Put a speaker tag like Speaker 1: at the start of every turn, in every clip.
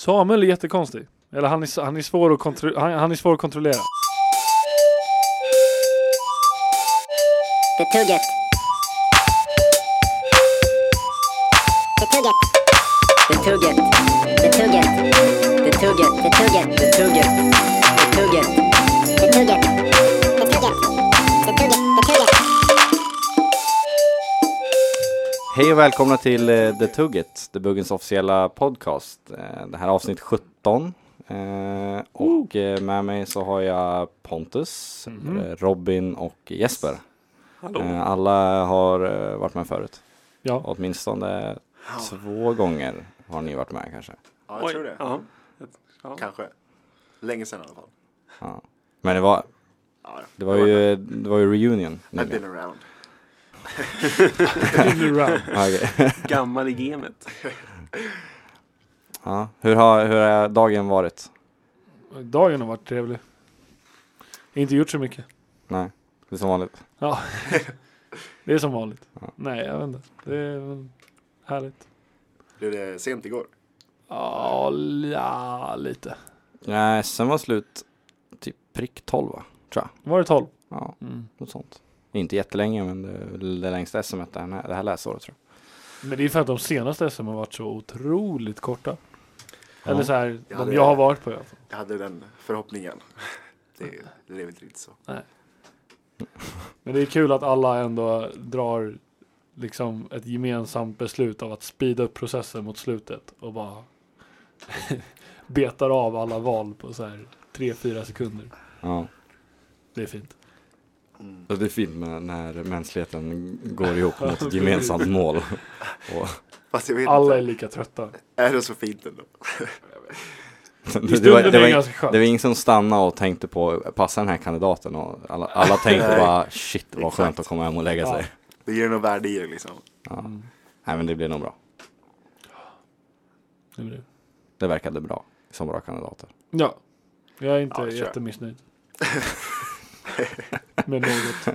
Speaker 1: Samuel är jättekonstig. Eller han är, han är, svår, att kontro- han, han är svår att kontrollera.
Speaker 2: Betugget. Betugget. Betugget. Betugget. Betugget. Betugget. Betugget. Betugget. Betugget. Betugget. Betugget. Betugget.
Speaker 3: Hej och välkomna till eh, The Tugget, The Buggens officiella podcast. Eh, Det här är avsnitt 17. Eh, Och eh, med mig så har jag Pontus,
Speaker 1: Mhm.
Speaker 3: eh, Robin och Jesper. Eh, Alla har eh, varit med förut.
Speaker 1: Ja.
Speaker 3: Åtminstone två gånger har ni varit med kanske.
Speaker 4: Ja, jag tror det.
Speaker 5: Ja.
Speaker 4: Kanske. Länge sedan i alla fall.
Speaker 3: Ja. Men det var,
Speaker 4: Ja,
Speaker 3: det var, ju, det var ju reunion.
Speaker 4: I've
Speaker 3: nyligen.
Speaker 4: been around.
Speaker 3: Ja, okej.
Speaker 5: Gammal i gamet.
Speaker 3: Ja. Hur har, hur har dagen varit?
Speaker 1: Dagen har varit trevlig. Inte gjort så mycket.
Speaker 3: Nej, det är som vanligt.
Speaker 1: Det är som vanligt. Nej, jag vet inte. Det är väl härligt.
Speaker 4: Blev det sent igår?
Speaker 1: Ja, ja, lite.
Speaker 3: Nej, sen var slut typ prick 12 va? Tror jag.
Speaker 1: Var det 12?
Speaker 3: Ja.
Speaker 1: Mm.
Speaker 3: Något sånt. Inte jättelänge men det, det längsta SM det här, det här läsåret tror jag.
Speaker 1: Men det är för att de senaste SM har varit så otroligt korta.
Speaker 3: Ja.
Speaker 1: Eller så här,
Speaker 4: Ja,
Speaker 1: de
Speaker 4: det-
Speaker 1: jag har varit på i alla fall.
Speaker 4: Jag hade den förhoppningen. Det, det blev inte riktigt så.
Speaker 1: Men det är kul att alla ändå drar liksom ett gemensamt beslut av att speeda upp processen mot slutet och bara betar av alla val på så här 3-4 sekunder.
Speaker 3: Ja.
Speaker 1: Det är fint.
Speaker 3: Det är fint med när mänskligheten går ihop mot ett gemensamt mål. Och
Speaker 4: Fast jag vet
Speaker 1: Alla är
Speaker 4: inte.
Speaker 1: lika trötta.
Speaker 4: Är det så fint ändå?
Speaker 3: det,
Speaker 1: stunden
Speaker 3: var,
Speaker 1: är
Speaker 3: det, var,
Speaker 1: det
Speaker 3: ing-
Speaker 1: ganska skönt.
Speaker 3: det var ingen som stannade och tänkte på, passar den här kandidaten? Och alla, alla tänkte
Speaker 4: Nej.
Speaker 3: bara, shit vad skönt
Speaker 4: Exakt.
Speaker 3: att komma hem och lägga sig.
Speaker 4: Det ger nog värde i det liksom.
Speaker 3: Ja. Nej men det blir nog bra.
Speaker 1: Det blir det.
Speaker 3: Det verkade bra. Som bra kandidater.
Speaker 1: Ja. Jag är inte
Speaker 4: Ja, kör.
Speaker 1: jättemissnöjd. Med något.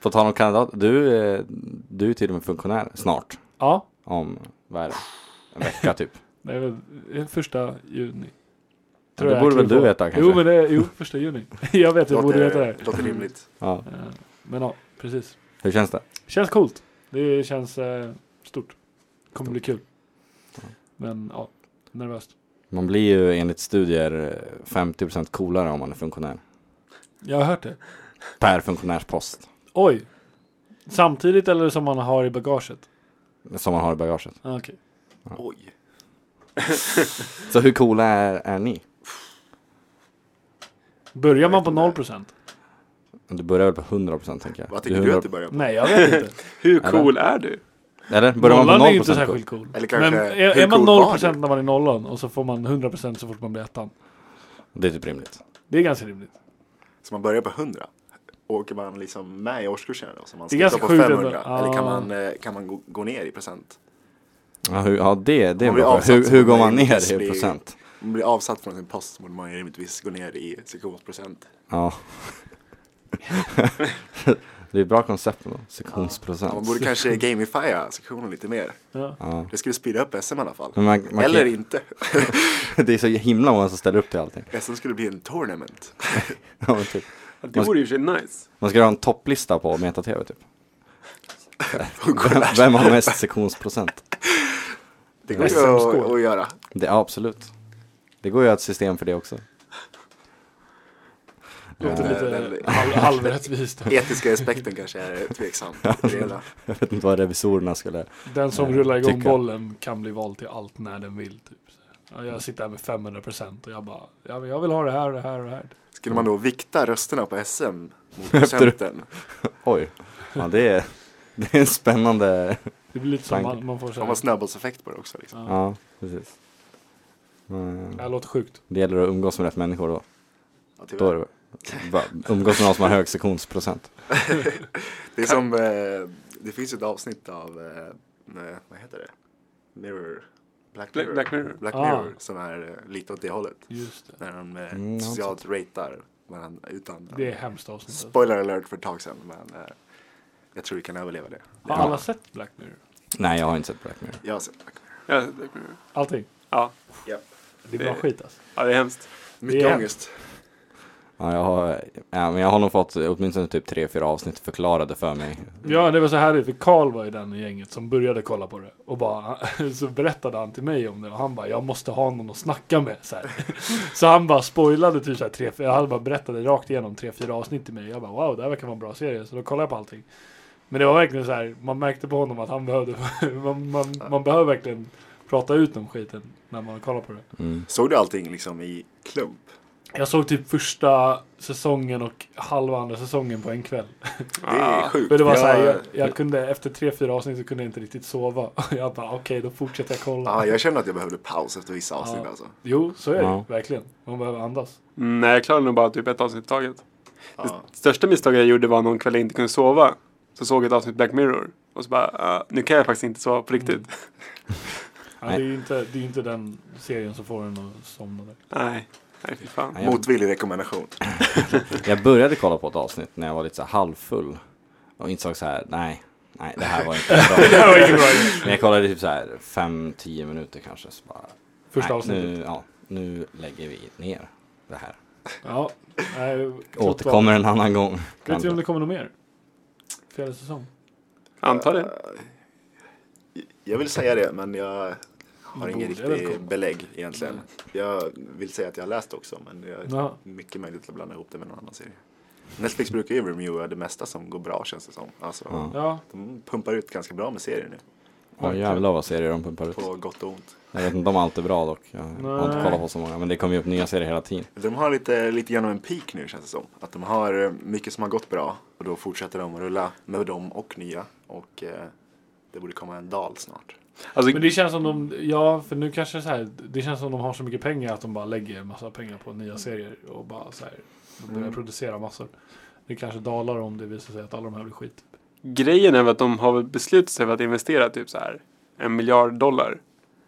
Speaker 3: På tal om kandidat, du, eh, du är till och med funktionär snart.
Speaker 1: Ja,
Speaker 3: Om, vad är det? En vecka typ.
Speaker 1: det är väl det är första juni.
Speaker 3: det
Speaker 1: jag
Speaker 3: borde väl
Speaker 1: kliver
Speaker 3: du
Speaker 1: på.
Speaker 3: veta kanske?
Speaker 1: Jo, men det är, jo, första juni. jag vet, jag borde veta det.
Speaker 4: låter, låter rimligt.
Speaker 3: Ja.
Speaker 1: Eh, Men ja, precis.
Speaker 3: Hur känns det?
Speaker 1: Känns coolt. Det känns eh, stort. Kommer bli kul. Men ja, nervöst.
Speaker 3: Man blir ju enligt studier eh, 50% coolare om man är funktionär.
Speaker 1: Jag har hört det.
Speaker 3: Per funktionärspost.
Speaker 1: Oj! Samtidigt eller som man har i bagaget?
Speaker 3: Som man har i bagaget.
Speaker 1: Ah, Okej.
Speaker 4: Oj.
Speaker 3: Så hur coola är, är ni?
Speaker 1: Börjar man på 0%?
Speaker 3: Du börjar väl på 100% tänker jag.
Speaker 4: Vad tycker du, att du börjar på?
Speaker 1: Nej, jag vet inte.
Speaker 5: Hur
Speaker 3: Eller?
Speaker 5: cool är du?
Speaker 3: Eller? Börjar man
Speaker 1: Nollan
Speaker 3: på
Speaker 1: är ju inte
Speaker 3: 0% cool?
Speaker 1: särskilt cool.
Speaker 4: Eller kanske,
Speaker 1: Men är,
Speaker 4: hur
Speaker 1: är man
Speaker 4: cool
Speaker 1: 0%
Speaker 4: var du?
Speaker 1: när man är nollan och så får man 100% så fort man blir ettan?
Speaker 3: Det är typ rimligt.
Speaker 1: Det är ganska rimligt.
Speaker 4: Så man börjar på 100? Åker man liksom med i årskursen då? Så man
Speaker 1: Det är ganska
Speaker 4: slutar på
Speaker 1: sjukt
Speaker 4: 500?
Speaker 1: ändå.
Speaker 4: Eller kan
Speaker 1: Ja.
Speaker 4: man, eh, kan man gå, gå ner i procent?
Speaker 3: Ja, hur, ja det, det är
Speaker 4: Man blir
Speaker 3: bra.
Speaker 4: avsatt
Speaker 3: Hur,
Speaker 4: som
Speaker 3: hur
Speaker 4: en
Speaker 3: går man
Speaker 4: lyckas
Speaker 3: ner i
Speaker 4: bli-
Speaker 3: procent?
Speaker 4: Om man blir avsatt från sin post så borde man ju rimligtvis gå ner i sektionsprocent.
Speaker 3: Ja. det är ett bra koncept ändå.
Speaker 4: Ja, man
Speaker 3: Sektionsprocent.
Speaker 4: borde kanske gamifiera sektionen lite mer.
Speaker 1: Ja.
Speaker 3: Ja.
Speaker 4: Det skulle speeda upp SM i alla fall.
Speaker 3: Men man, man
Speaker 4: Eller
Speaker 3: kan,
Speaker 4: inte.
Speaker 3: det är så himla många som ställer upp till allting.
Speaker 4: SM skulle bli en tournament.
Speaker 3: Ja, men typ.
Speaker 5: Ja, Det vore ju i och för sig nice.
Speaker 3: Man ska ha en topplista på Meta-TV typ. Vem,
Speaker 4: Funktionär.
Speaker 3: vem har mest sektionsprocent?
Speaker 4: Det går ju
Speaker 1: SM-skål.
Speaker 4: att, att göra.
Speaker 3: Det, ja, absolut. Det går ju att ha ett system för det också.
Speaker 1: Låter
Speaker 4: Eh,
Speaker 1: lite
Speaker 4: den-
Speaker 1: halv, halvrättvist.
Speaker 4: Etiska aspekten kanske är tveksam. redan.
Speaker 3: Jag vet inte vad revisorerna skulle...
Speaker 1: Den som
Speaker 3: Eh,
Speaker 1: rullar igång
Speaker 3: tycker jag.
Speaker 1: bollen kan bli vald till allt när den vill. Typ. Så, ja, Jag sitter här med 500% och jag bara, ja, men jag vill ha det här och det här och det här.
Speaker 4: Skulle man då vikta rösterna på SM mot procenten?
Speaker 3: Oj, ja, det, är, det är en spännande...
Speaker 1: Det blir lite som
Speaker 3: Tanken.
Speaker 1: man, man får så
Speaker 4: De har
Speaker 1: här.
Speaker 4: snabbhetseffekt på det också. Liksom.
Speaker 1: Ja.
Speaker 3: Ja, precis. Mm,
Speaker 1: Det här låter sjukt.
Speaker 3: Det gäller att umgås med rätt människor då.
Speaker 4: Ja,
Speaker 3: då
Speaker 4: tyvärr.
Speaker 3: är det, bara umgås med någon som har hög sektionsprocent.
Speaker 4: det är som, eh, det finns ju ett avsnitt av, eh, nej, vad heter det? Mirror? Black
Speaker 5: Black-
Speaker 4: Mirror?
Speaker 5: Black Mirror.
Speaker 1: Ah.
Speaker 4: Mirror, som är eh, lite åt det hållet.
Speaker 1: Just det.
Speaker 4: När de eh,
Speaker 3: Mm,
Speaker 4: socialt ratear varandra utan...
Speaker 1: Det är hemskt avsnitt.
Speaker 4: Spoiler alert för ett tag sedan, men eh, jag tror vi kan överleva det.
Speaker 1: Har alla sett Black Mirror?
Speaker 3: Nej, jag har inte sett Black Mirror.
Speaker 4: Jag har sett
Speaker 5: Ja, det-
Speaker 1: Allting?
Speaker 5: Ja,
Speaker 4: Ja.
Speaker 1: Det är bra
Speaker 5: Det-
Speaker 1: skit alltså.
Speaker 5: Ja, det är hemskt.
Speaker 4: Mycket
Speaker 1: Ja.
Speaker 4: ångest.
Speaker 3: Ja, jag, har, ja, men jag har nog fått åtminstone typ tre, fyra avsnitt förklarade för mig.
Speaker 1: Ja, det var så härligt för Karl var ju den i gänget som började kolla på det och bara så berättade han till mig om det och han bara jag måste ha någon att snacka med så här. Så han bara spoilade typ så här tre, fyra- han bara berättade rakt igenom tre, fyra avsnitt till mig. Jag bara wow, det här verkar vara en bra serie så då kollade jag på allting. Men det var verkligen så här, man märkte på honom att han behövde, man, man, man behöver verkligen prata ut om skiten när man kollar på det.
Speaker 3: Mm.
Speaker 4: Såg du allting liksom i klump?
Speaker 1: Jag såg typ första säsongen och halva andra säsongen på en kväll.
Speaker 4: Det
Speaker 5: Ah.
Speaker 4: är sjukt.
Speaker 1: Men det var
Speaker 4: jag,
Speaker 1: så här, jag, jag kunde, efter tre, fyra avsnitt så kunde jag inte riktigt sova. Jag bara, okej, då fortsätter jag kolla.
Speaker 4: ja, jag kände att jag behövde paus efter vissa avsnitt
Speaker 1: Ja.
Speaker 4: alltså.
Speaker 1: Jo, så är det
Speaker 3: Ja.
Speaker 1: verkligen. Man behöver andas.
Speaker 5: Mm, nej, jag klarade nog bara typ ett avsnitt i taget.
Speaker 4: Ja.
Speaker 5: Det största misstaget jag gjorde var någon kväll jag inte kunde sova. Så såg jag ett avsnitt Black Mirror. Och så bara, ah, nu kan jag faktiskt inte sova på riktigt.
Speaker 1: Mm.
Speaker 4: Mm.
Speaker 1: Ja, det är ju inte, det är ju inte den serien som får en att somna. Där.
Speaker 5: Nej, nej fy fan.
Speaker 3: Nej, jag-
Speaker 4: Motvillig rekommendation.
Speaker 3: Jag började kolla på ett avsnitt när jag var lite så här halvfull och insåg så här, nej, nej det här var inte bra. Men jag kollade typ så här 5-10 minuter kanske. Så bara,
Speaker 1: Första
Speaker 3: nej,
Speaker 1: avsnittet.
Speaker 3: Nu, ja, nu lägger vi ner det här.
Speaker 1: Ja, nej, klokt val.
Speaker 3: Återkommer en annan gång.
Speaker 1: Vet vi om
Speaker 3: kanske.
Speaker 1: det kommer något mer? Fjärde säsong.
Speaker 5: Antar det.
Speaker 4: Jag vill säga det, men jag har
Speaker 1: Borde
Speaker 4: ingen
Speaker 1: väl
Speaker 4: riktig
Speaker 1: komma. Mm.
Speaker 4: belägg egentligen.
Speaker 1: Nej.
Speaker 4: Jag vill säga att jag har läst också, men jag
Speaker 1: Ja.
Speaker 4: mycket möjligt att blanda ihop det med någon annan serie. Netflix brukar ju reviewa det mesta som går bra känns det som. Alltså,
Speaker 3: Ja.
Speaker 1: Ja,
Speaker 4: De pumpar ut ganska bra med serier nu,
Speaker 3: Ja, jävlar vad serier de pumpar ut.
Speaker 4: på gott och ont.
Speaker 3: Jag vet inte om allt är bra dock. Jag har inte
Speaker 1: Nej.
Speaker 3: kollat på så många. Men det kommer ju upp nya serier hela tiden.
Speaker 4: De har lite, lite genom en peak nu känns det som. Att de har eh, mycket som har gått bra och då fortsätter de att rulla med dem och nya. Och eh, det borde komma en dal snart.
Speaker 5: Alltså,
Speaker 1: men det känns som de, ja, för nu kanske så här, det känns som de har så mycket pengar att de bara lägger en massa pengar på nya serier och bara så här, de börjar
Speaker 4: Mm.
Speaker 1: producera massor. Det kanske dalar om det visar sig att alla de här blir skit.
Speaker 5: grejen är väl att de har väl beslutat sig för att investera typ så här en miljard dollar.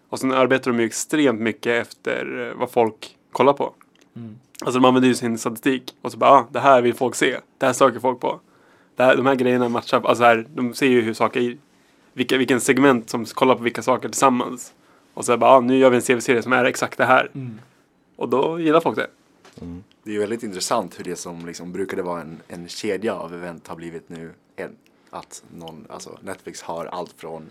Speaker 5: Och sen arbetar de ju extremt mycket efter eh, vad folk kollar på.
Speaker 1: Mm.
Speaker 5: Alltså de använder ju sin statistik och så bara, ah, det här vill folk se. Det här söker folk på. Det här, de här grejerna matchar, alltså här, de ser ju hur saker, i- vilka, vilken segment som kollar på vilka saker tillsammans. Och så bara, ah, nu gör vi en CV-serie som är exakt det här.
Speaker 1: Mm.
Speaker 5: Och då gillar folk det.
Speaker 4: Det är ju väldigt intressant hur det som liksom brukade vara en, en kedja av event har blivit nu en. Att någon, alltså Netflix har allt från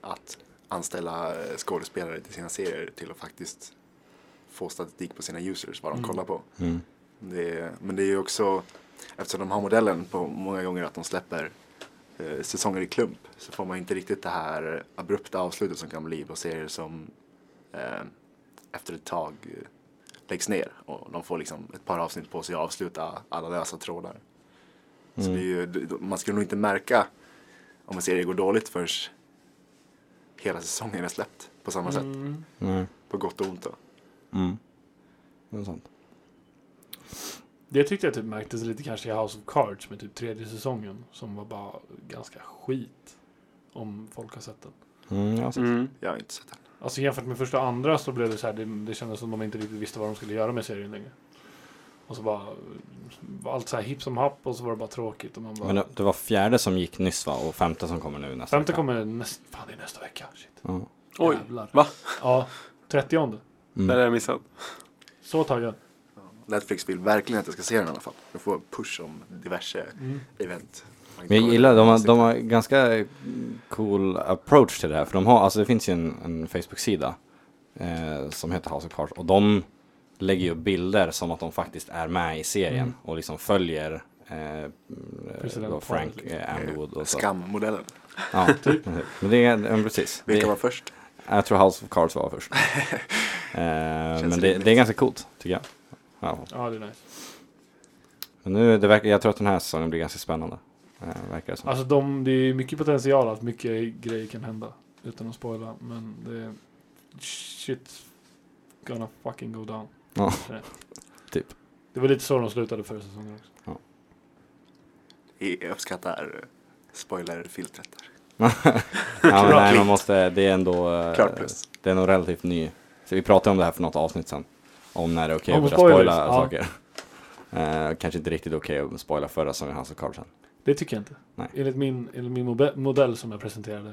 Speaker 4: att anställa eh, skådespelare till sina serier till att faktiskt få statistik på sina users, vad de kollar på.
Speaker 3: Mm.
Speaker 4: Det är, men det är ju också, eftersom de har modellen på många gånger att de släpper eh, säsonger i klump så får man inte riktigt det här abrupta avslutet som kan bli på serier som eh, efter ett tag eh, läggs ner och de får liksom ett par avsnitt på sig att avsluta alla lösa trådar. Så det är ju, d- d- man skulle nog inte märka om en serie går dåligt förrän hela säsongen är släppt på samma sätt.
Speaker 1: Mm.
Speaker 3: Nej.
Speaker 4: På gott och ont då.
Speaker 3: Mm. Det är sant.
Speaker 1: Det tyckte jag typ märktes lite kanske i House of Cards med typ tredje säsongen som var bara ganska skit. Om folk har sett den.
Speaker 3: Mm, jag har sett.
Speaker 4: Jag har inte sett den.
Speaker 1: Alltså jämfört med första och andra så blev det så här, det, det kändes som de inte riktigt visste vad de skulle göra med serien längre. Och så bara, var allt så här hipp som happ och så var det bara tråkigt. Och man bara,
Speaker 3: Men det, det var fjärde som gick nyss va? Och femte som kommer nu nästa
Speaker 1: femte
Speaker 3: vecka.
Speaker 1: kommer näst, fan det är nästa vecka. Shit.
Speaker 3: Ja.
Speaker 5: Oj,
Speaker 1: Jävlar.
Speaker 5: va?
Speaker 1: Ja, trettionde.
Speaker 5: Det har jag missat.
Speaker 1: Så taggad.
Speaker 4: Netflix vill verkligen att jag ska se den i alla fall. Jag får en push om diverse
Speaker 1: Mm.
Speaker 4: event.
Speaker 3: Men jag gillar, de har, de har ganska cool approach till det här. För de har, alltså det finns ju en, en Facebook-sida eh, som heter House of Cards. Och de lägger ju upp bilder som att de faktiskt är med i serien.
Speaker 1: Mm.
Speaker 3: Och liksom följer eh, eh,
Speaker 1: President
Speaker 3: då Frank
Speaker 1: Paul, liksom. Typ.
Speaker 3: eh, Underwood och så.
Speaker 4: Skammodellen.
Speaker 3: Ja, men det är, men precis. Det,
Speaker 4: Vilka var först?
Speaker 3: jag tror House of Cards var först. eh, men det,
Speaker 4: rimligt.
Speaker 3: det är ganska coolt, tycker jag. Ja.
Speaker 1: Ja, det är nice.
Speaker 3: Men nu, det verkar, jag tror att den här säsongen blir ganska spännande. Eh, verkar det som.
Speaker 1: Alltså de, det är mycket potential att mycket grejer kan hända. Utan att spoila. Men det är shit gonna fucking go down.
Speaker 3: Ja,
Speaker 1: Nej.
Speaker 3: typ.
Speaker 1: Det var lite så de slutade förra säsongen också.
Speaker 4: Jag uppskattar spoilerfiltret där.
Speaker 3: Ja, men
Speaker 4: Klart
Speaker 3: nej, man
Speaker 4: likt.
Speaker 3: måste, det är ändå, eh,
Speaker 4: Klart plus.
Speaker 3: det är nog relativt ny. Så vi pratade om det här för något avsnitt sen. Om när det är okej
Speaker 1: Om
Speaker 3: att börja spoila
Speaker 1: spoilers, ja.
Speaker 3: saker. Eh, kanske inte riktigt okej att spoila förra säsongen Hans och Carlsen.
Speaker 1: Det tycker jag inte.
Speaker 3: Nej.
Speaker 1: Enligt min, enligt min mobe- modell som jag presenterade.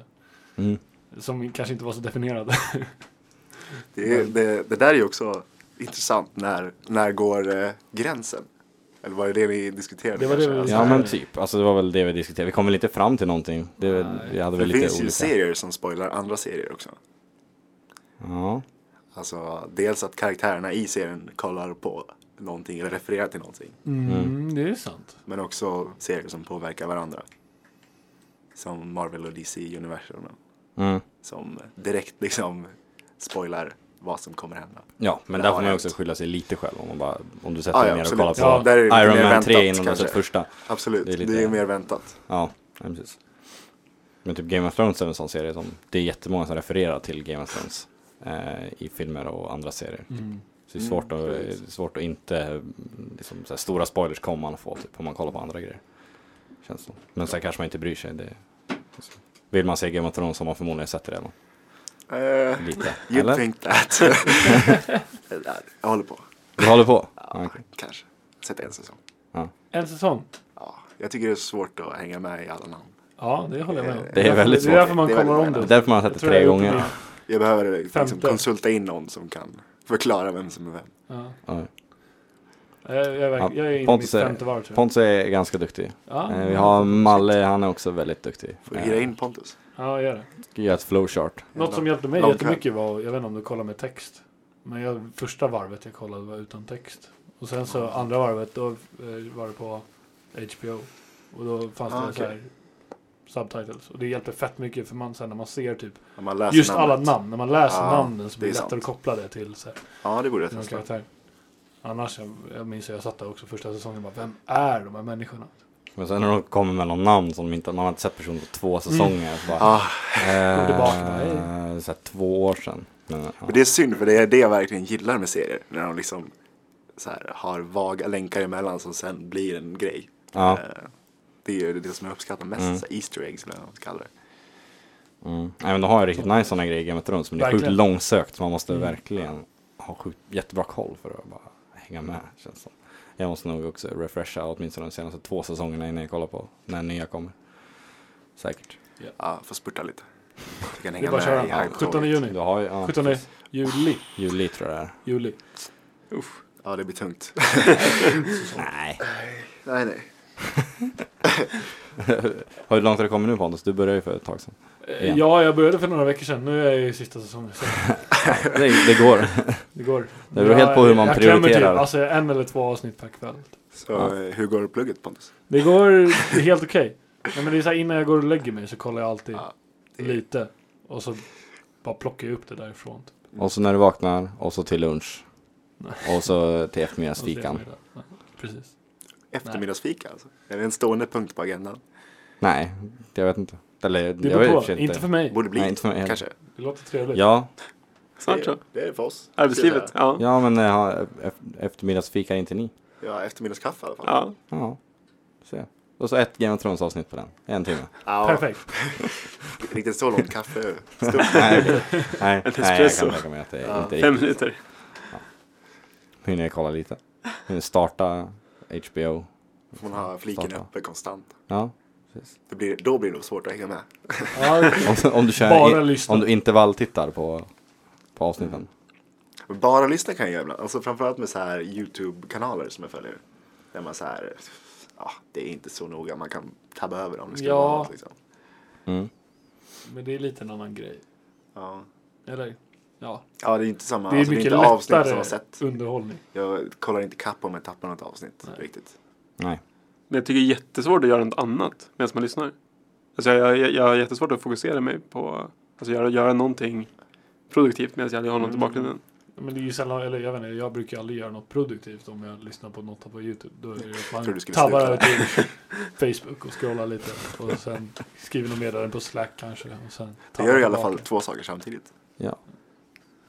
Speaker 3: Mm.
Speaker 1: Som kanske inte var så definierad.
Speaker 4: Det, är, det, det där är ju också intressant. När, när går eh, gränsen? Eller var det det ni diskuterade?
Speaker 1: Det var det
Speaker 4: kanske?
Speaker 1: vi-
Speaker 4: Alltså,
Speaker 1: Så
Speaker 3: Ja
Speaker 1: här.
Speaker 3: men typ, alltså det var väl det vi diskuterade. Vi kom väl inte fram till någonting. Det,
Speaker 1: Nej.
Speaker 3: vi hade
Speaker 4: Alltså, det
Speaker 3: väl lite
Speaker 4: finns ju
Speaker 3: olika.
Speaker 4: serier som spoilar andra serier också.
Speaker 3: Ja.
Speaker 4: Alltså dels att karaktärerna i serien kollar på någonting eller refererar till någonting.
Speaker 1: Mm, det är sant.
Speaker 4: Men också serier som påverkar varandra. Som Marvel och DC-universum.
Speaker 3: Mm.
Speaker 4: Som direkt liksom spoilar vad som kommer hända.
Speaker 3: Ja, men
Speaker 4: Det
Speaker 3: där
Speaker 4: har
Speaker 3: får man ju
Speaker 4: hänt.
Speaker 3: också skylla sig lite själv om, man bara, om du sätter
Speaker 4: Ja,
Speaker 3: dig
Speaker 4: Ah, ja,
Speaker 3: ner och
Speaker 4: absolut.
Speaker 3: kollar på
Speaker 4: Ja, där är det lite
Speaker 3: Iron
Speaker 4: mer
Speaker 3: Man 3
Speaker 4: väntat,
Speaker 3: innan du har
Speaker 4: kanske.
Speaker 3: sett första.
Speaker 4: Absolut,
Speaker 3: Det
Speaker 4: det
Speaker 3: är
Speaker 4: är,
Speaker 3: lite-
Speaker 4: mer väntat.
Speaker 3: Ja, ja, precis. Men typ Game of Thrones är en sån serie som det är jättemånga som refererar till Game of Thrones eh, i filmer och andra serier.
Speaker 4: Mm.
Speaker 3: Så det är svårt, att,
Speaker 4: precis.
Speaker 3: svårt att inte, mm, liksom, så här, stora spoilers kommer man att få typ, om man kollar på andra grejer. Känns det. som. Men sen kanske man inte bryr sig. Det, liksom. Vill man se Game of Thrones har man förmodligen sett det redan.
Speaker 4: Eh,
Speaker 3: Lite.
Speaker 4: you
Speaker 3: Eller?
Speaker 4: think that. jag håller på.
Speaker 3: Du håller på? Ja, okej.
Speaker 4: Kanske. Sett en säsong.
Speaker 1: En säsong.
Speaker 4: Ja, jag tycker det är svårt att hänga med i alla namn.
Speaker 1: Ja, det håller jag med om.
Speaker 3: Det är väldigt
Speaker 1: Det är därför
Speaker 4: svårt.
Speaker 1: man
Speaker 4: Det är
Speaker 1: kollar om
Speaker 4: väldigt
Speaker 1: det.
Speaker 3: Det är därför man har sett
Speaker 1: Jag
Speaker 3: det
Speaker 1: tror jag
Speaker 3: tre
Speaker 1: har gjort
Speaker 3: gånger.
Speaker 1: min-
Speaker 4: Jag behöver liksom
Speaker 1: Femte.
Speaker 4: konsulta in någon som kan förklara vem som är vem.
Speaker 1: Ja.
Speaker 3: Ja.
Speaker 1: Jag, jag, är verk- jag är inne i mitt
Speaker 3: Pontus är-
Speaker 1: femte varv tror jag.
Speaker 3: Pontus är ganska duktig.
Speaker 1: Ja,
Speaker 3: Eh, Vi har Malle, han är också väldigt duktig.
Speaker 4: Får du
Speaker 3: Eh,
Speaker 4: hyra in Pontus?
Speaker 1: ja, gör det.
Speaker 3: Ska göra ett flowchart.
Speaker 1: Något som hjälpte mig
Speaker 4: Lång
Speaker 1: jättemycket var, jag vet inte om du kollar med text. Men jag, första varvet jag kollade var utan text. Och sen så andra varvet då eh, var det på HBO. Och då fanns
Speaker 4: Ah,
Speaker 1: det så
Speaker 4: okej.
Speaker 1: här subtitles. Och det hjälpte fett mycket för man sen när man ser typ
Speaker 4: Om man läser
Speaker 1: just alla
Speaker 4: namnet.
Speaker 1: namn. När man läser
Speaker 4: Ja,
Speaker 1: namnen så
Speaker 4: det
Speaker 1: blir
Speaker 4: är
Speaker 1: det lättare
Speaker 4: sant.
Speaker 1: att koppla det till så här,
Speaker 4: Ja, det borde jag
Speaker 1: till någon
Speaker 4: testa.
Speaker 1: karaktär. Annars, jag, jag minns att jag satt där också första säsongen och bara, vem är de här människorna?
Speaker 3: Men sen när de kommer med någon namn som inte, man har inte sett personen på två säsonger. Så bara,
Speaker 4: Ah,
Speaker 3: eh,
Speaker 1: Kom Mm. tillbaka, hej.
Speaker 3: så här, två år sedan. Men, ja.
Speaker 4: men det är synd för det är det jag verkligen gillar med serier. När de liksom så här, har vaga länkar emellan som sen blir en grej.
Speaker 3: ja.
Speaker 4: Eh, Det är ju det som jag uppskattar mest,
Speaker 3: Mm.
Speaker 4: så här Easter eggs eller vad man kallar det.
Speaker 3: Mm. Nej, men de har ju riktigt nice sådana grejer i Game of Thrones. Men det är sjukt
Speaker 1: Verkligen. Mm.
Speaker 3: långsökt. så Man måste verkligen ha sjukt, jättebra koll för att bara hänga med. Känns som. Jag måste nog också refresha åtminstone de senaste två säsongerna innan jag kollar på när nya kommer. Säkert.
Speaker 4: Ja, får spurta lite. Jag kan
Speaker 1: Det är
Speaker 4: hänga
Speaker 1: bara att
Speaker 4: med i
Speaker 1: köra. 17
Speaker 4: hype-tåget.
Speaker 1: juni.
Speaker 3: Du har ju, ja,
Speaker 1: 17 juli.
Speaker 3: juli tror jag det är.
Speaker 1: Juli.
Speaker 4: Ja, det blir tungt.
Speaker 3: Nej.
Speaker 4: nej, nej.
Speaker 3: Hur långt har det kommit nu Pontus? Du började ju för ett tag sedan. Igen.
Speaker 1: Eh, Ja, jag började för några veckor sedan. Nu är jag i sista säsongen. Så
Speaker 3: Det, det går.
Speaker 1: det går.
Speaker 3: Det beror helt på hur man
Speaker 1: jag klämmer
Speaker 3: prioriterar.
Speaker 1: Typ, alltså en eller två avsnitt per kväll.
Speaker 4: Så
Speaker 3: Ja.
Speaker 4: eh, hur går plugget Pontus?
Speaker 1: Det går det är helt okej. Nej, men det är så här, innan jag går och lägger mig så kollar jag alltid
Speaker 4: Ja, det är-
Speaker 1: lite. Och så bara plockar jag upp det därifrån. typ.
Speaker 3: Och så när du vaknar, och så till lunch.
Speaker 1: Nej.
Speaker 3: Och så till
Speaker 1: Och så
Speaker 3: eftermiddagsfikan.
Speaker 1: det är det. Ja, Precis.
Speaker 4: Eftermiddagsfika alltså? Är det en stående punkt på agendan?
Speaker 3: Nej, jag vet inte. Eller
Speaker 1: Det
Speaker 3: jag vet i och
Speaker 1: beror
Speaker 3: för
Speaker 1: på.
Speaker 3: sig
Speaker 1: Inte för mig.
Speaker 4: Borde bli,
Speaker 3: Nej, inte för mig heller.
Speaker 4: kanske?
Speaker 1: Det låter trevligt.
Speaker 3: Ja,
Speaker 5: Snart så.
Speaker 4: Det, det är för oss.
Speaker 5: Arbetslivet. Ja.
Speaker 3: ja men eh, ha- ef- eftermiddagsfika är inte ni.
Speaker 4: Ja, eftermiddagskaffe i alla fall.
Speaker 5: ja.
Speaker 3: Ja, se. Och så ett Game of Thrones avsnitt på den. En timme.
Speaker 4: Ja,
Speaker 1: Perfekt.
Speaker 4: Riktigt så långt kaffe.
Speaker 3: Nej, nej, nej jag
Speaker 5: espresso.
Speaker 3: kan tänka mig att det
Speaker 4: Ja.
Speaker 3: inte
Speaker 5: Fem
Speaker 3: riktigt.
Speaker 5: minuter.
Speaker 3: Hinner jag kolla lite. Hinner starta HBO.
Speaker 4: Får man ha fliken
Speaker 3: Starta.
Speaker 4: uppe konstant.
Speaker 3: Ja,
Speaker 4: Det blir, då blir det nog svårt att hänga med.
Speaker 1: Ja,
Speaker 3: om, om du
Speaker 1: Bara
Speaker 3: kör, i,
Speaker 1: lyssna. Mm.
Speaker 3: om du intervalltittar på, på avsnitten.
Speaker 4: Men Bara lyssna kan jag göra ibland. Alltså framförallt med så här YouTube-kanaler som jag följer. Där man så här, ja, det är inte så noga. Man kan tabba över om det skulle
Speaker 1: Ja.
Speaker 4: vara något liksom.
Speaker 3: Mm.
Speaker 1: men det är lite en annan grej.
Speaker 4: Ja.
Speaker 1: Eller? Ja.
Speaker 4: ja, det är inte samma.
Speaker 1: Det är
Speaker 4: alltså,
Speaker 1: mycket
Speaker 4: det är inte avsnitt som har
Speaker 1: lättare
Speaker 4: sett.
Speaker 1: underhållning.
Speaker 4: Jag kollar inte kapp om jag tappar något avsnitt
Speaker 1: Nej.
Speaker 4: riktigt.
Speaker 3: Nej.
Speaker 5: Men jag tycker det är jättesvårt att göra något annat medan man lyssnar. Alltså jag, jag, jag har jättesvårt att fokusera mig på, alltså göra, göra någonting produktivt medan jag har något i bakgrunden.
Speaker 1: Men det är ju sällan, eller jag vet inte, jag brukar aldrig göra något produktivt om jag lyssnar på något på YouTube. Då är det att
Speaker 4: Tror
Speaker 1: man
Speaker 4: du skulle
Speaker 1: tabbar
Speaker 4: sluta.
Speaker 1: över till Facebook och scrollar lite. Och sen skriver någon meddelande på Slack kanske. Och sen
Speaker 4: Det
Speaker 1: tabbar
Speaker 4: gör i alla
Speaker 1: tillbaka.
Speaker 4: fall två saker samtidigt.
Speaker 3: Ja.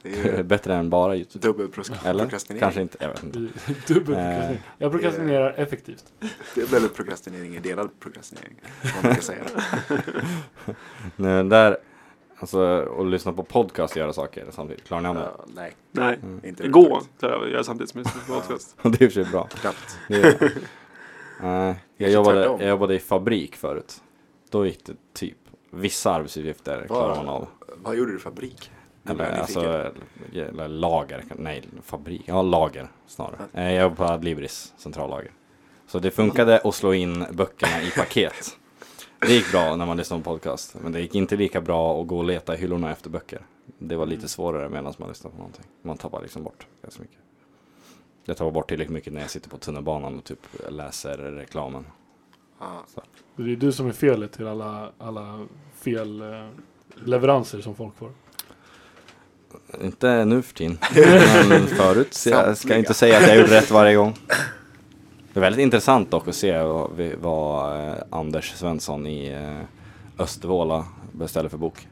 Speaker 4: Det
Speaker 3: Det är
Speaker 4: är
Speaker 3: Bättre än bara YouTube. Eller?
Speaker 4: dubbelprocrastinering.
Speaker 3: Kanske inte, jag vet inte. Eh,
Speaker 1: Dubbelprokrastinering. Jag prokrastinerar effektivt.
Speaker 4: Det är väl prokrastinering, är delad prokrastinering. som Man brukar säga.
Speaker 3: Nej, men Eh, där, alltså, och lyssna på podcast och göra saker samtidigt. Klarar ni av det?
Speaker 4: Ja, nej,
Speaker 5: Nej.
Speaker 3: Mm.
Speaker 4: inte
Speaker 5: Gå
Speaker 4: överhuvudtaget.
Speaker 5: klarar jag av att göra samtidigt som jag lyssnar på podcast.
Speaker 3: Det är i och för sig bra.
Speaker 4: Knappt.
Speaker 3: Det är, Nej, jag, jobbade,
Speaker 4: tvärtom.
Speaker 3: jag jobbade i fabrik förut. Då gick det typ, vissa arbetsuppgifter
Speaker 4: Var-
Speaker 3: klarar man av.
Speaker 4: Vad gjorde du i fabrik? blir
Speaker 3: Eller,
Speaker 4: jag
Speaker 3: alltså,
Speaker 4: nyfiken.
Speaker 3: eller lager, nej fabrik, ja lager snarare. Eh, Jag jobbar på Adlibris centrallager. Så det funkade att slå in böckerna i paket. Det gick bra när man lyssnade på podcast, men det gick inte lika bra att gå och leta i hyllorna efter böcker. Det var lite svårare medan man lyssnade på någonting. Man tappar liksom bort ganska mycket. Jag tappar bort tillräckligt mycket när jag sitter på tunnelbanan och typ läser reklamen.
Speaker 4: Ah,
Speaker 1: Det är du som är felet till alla, alla fel eh, leveranser som folk får.
Speaker 3: Inte nu för tiden, men förut. Så jag ska
Speaker 4: Samtliga.
Speaker 3: inte säga att jag gjorde rätt varje gång. Det är väldigt intressant dock att se vad, vi- vad eh, Anders Svensson i eh, Östervåla beställer för bok.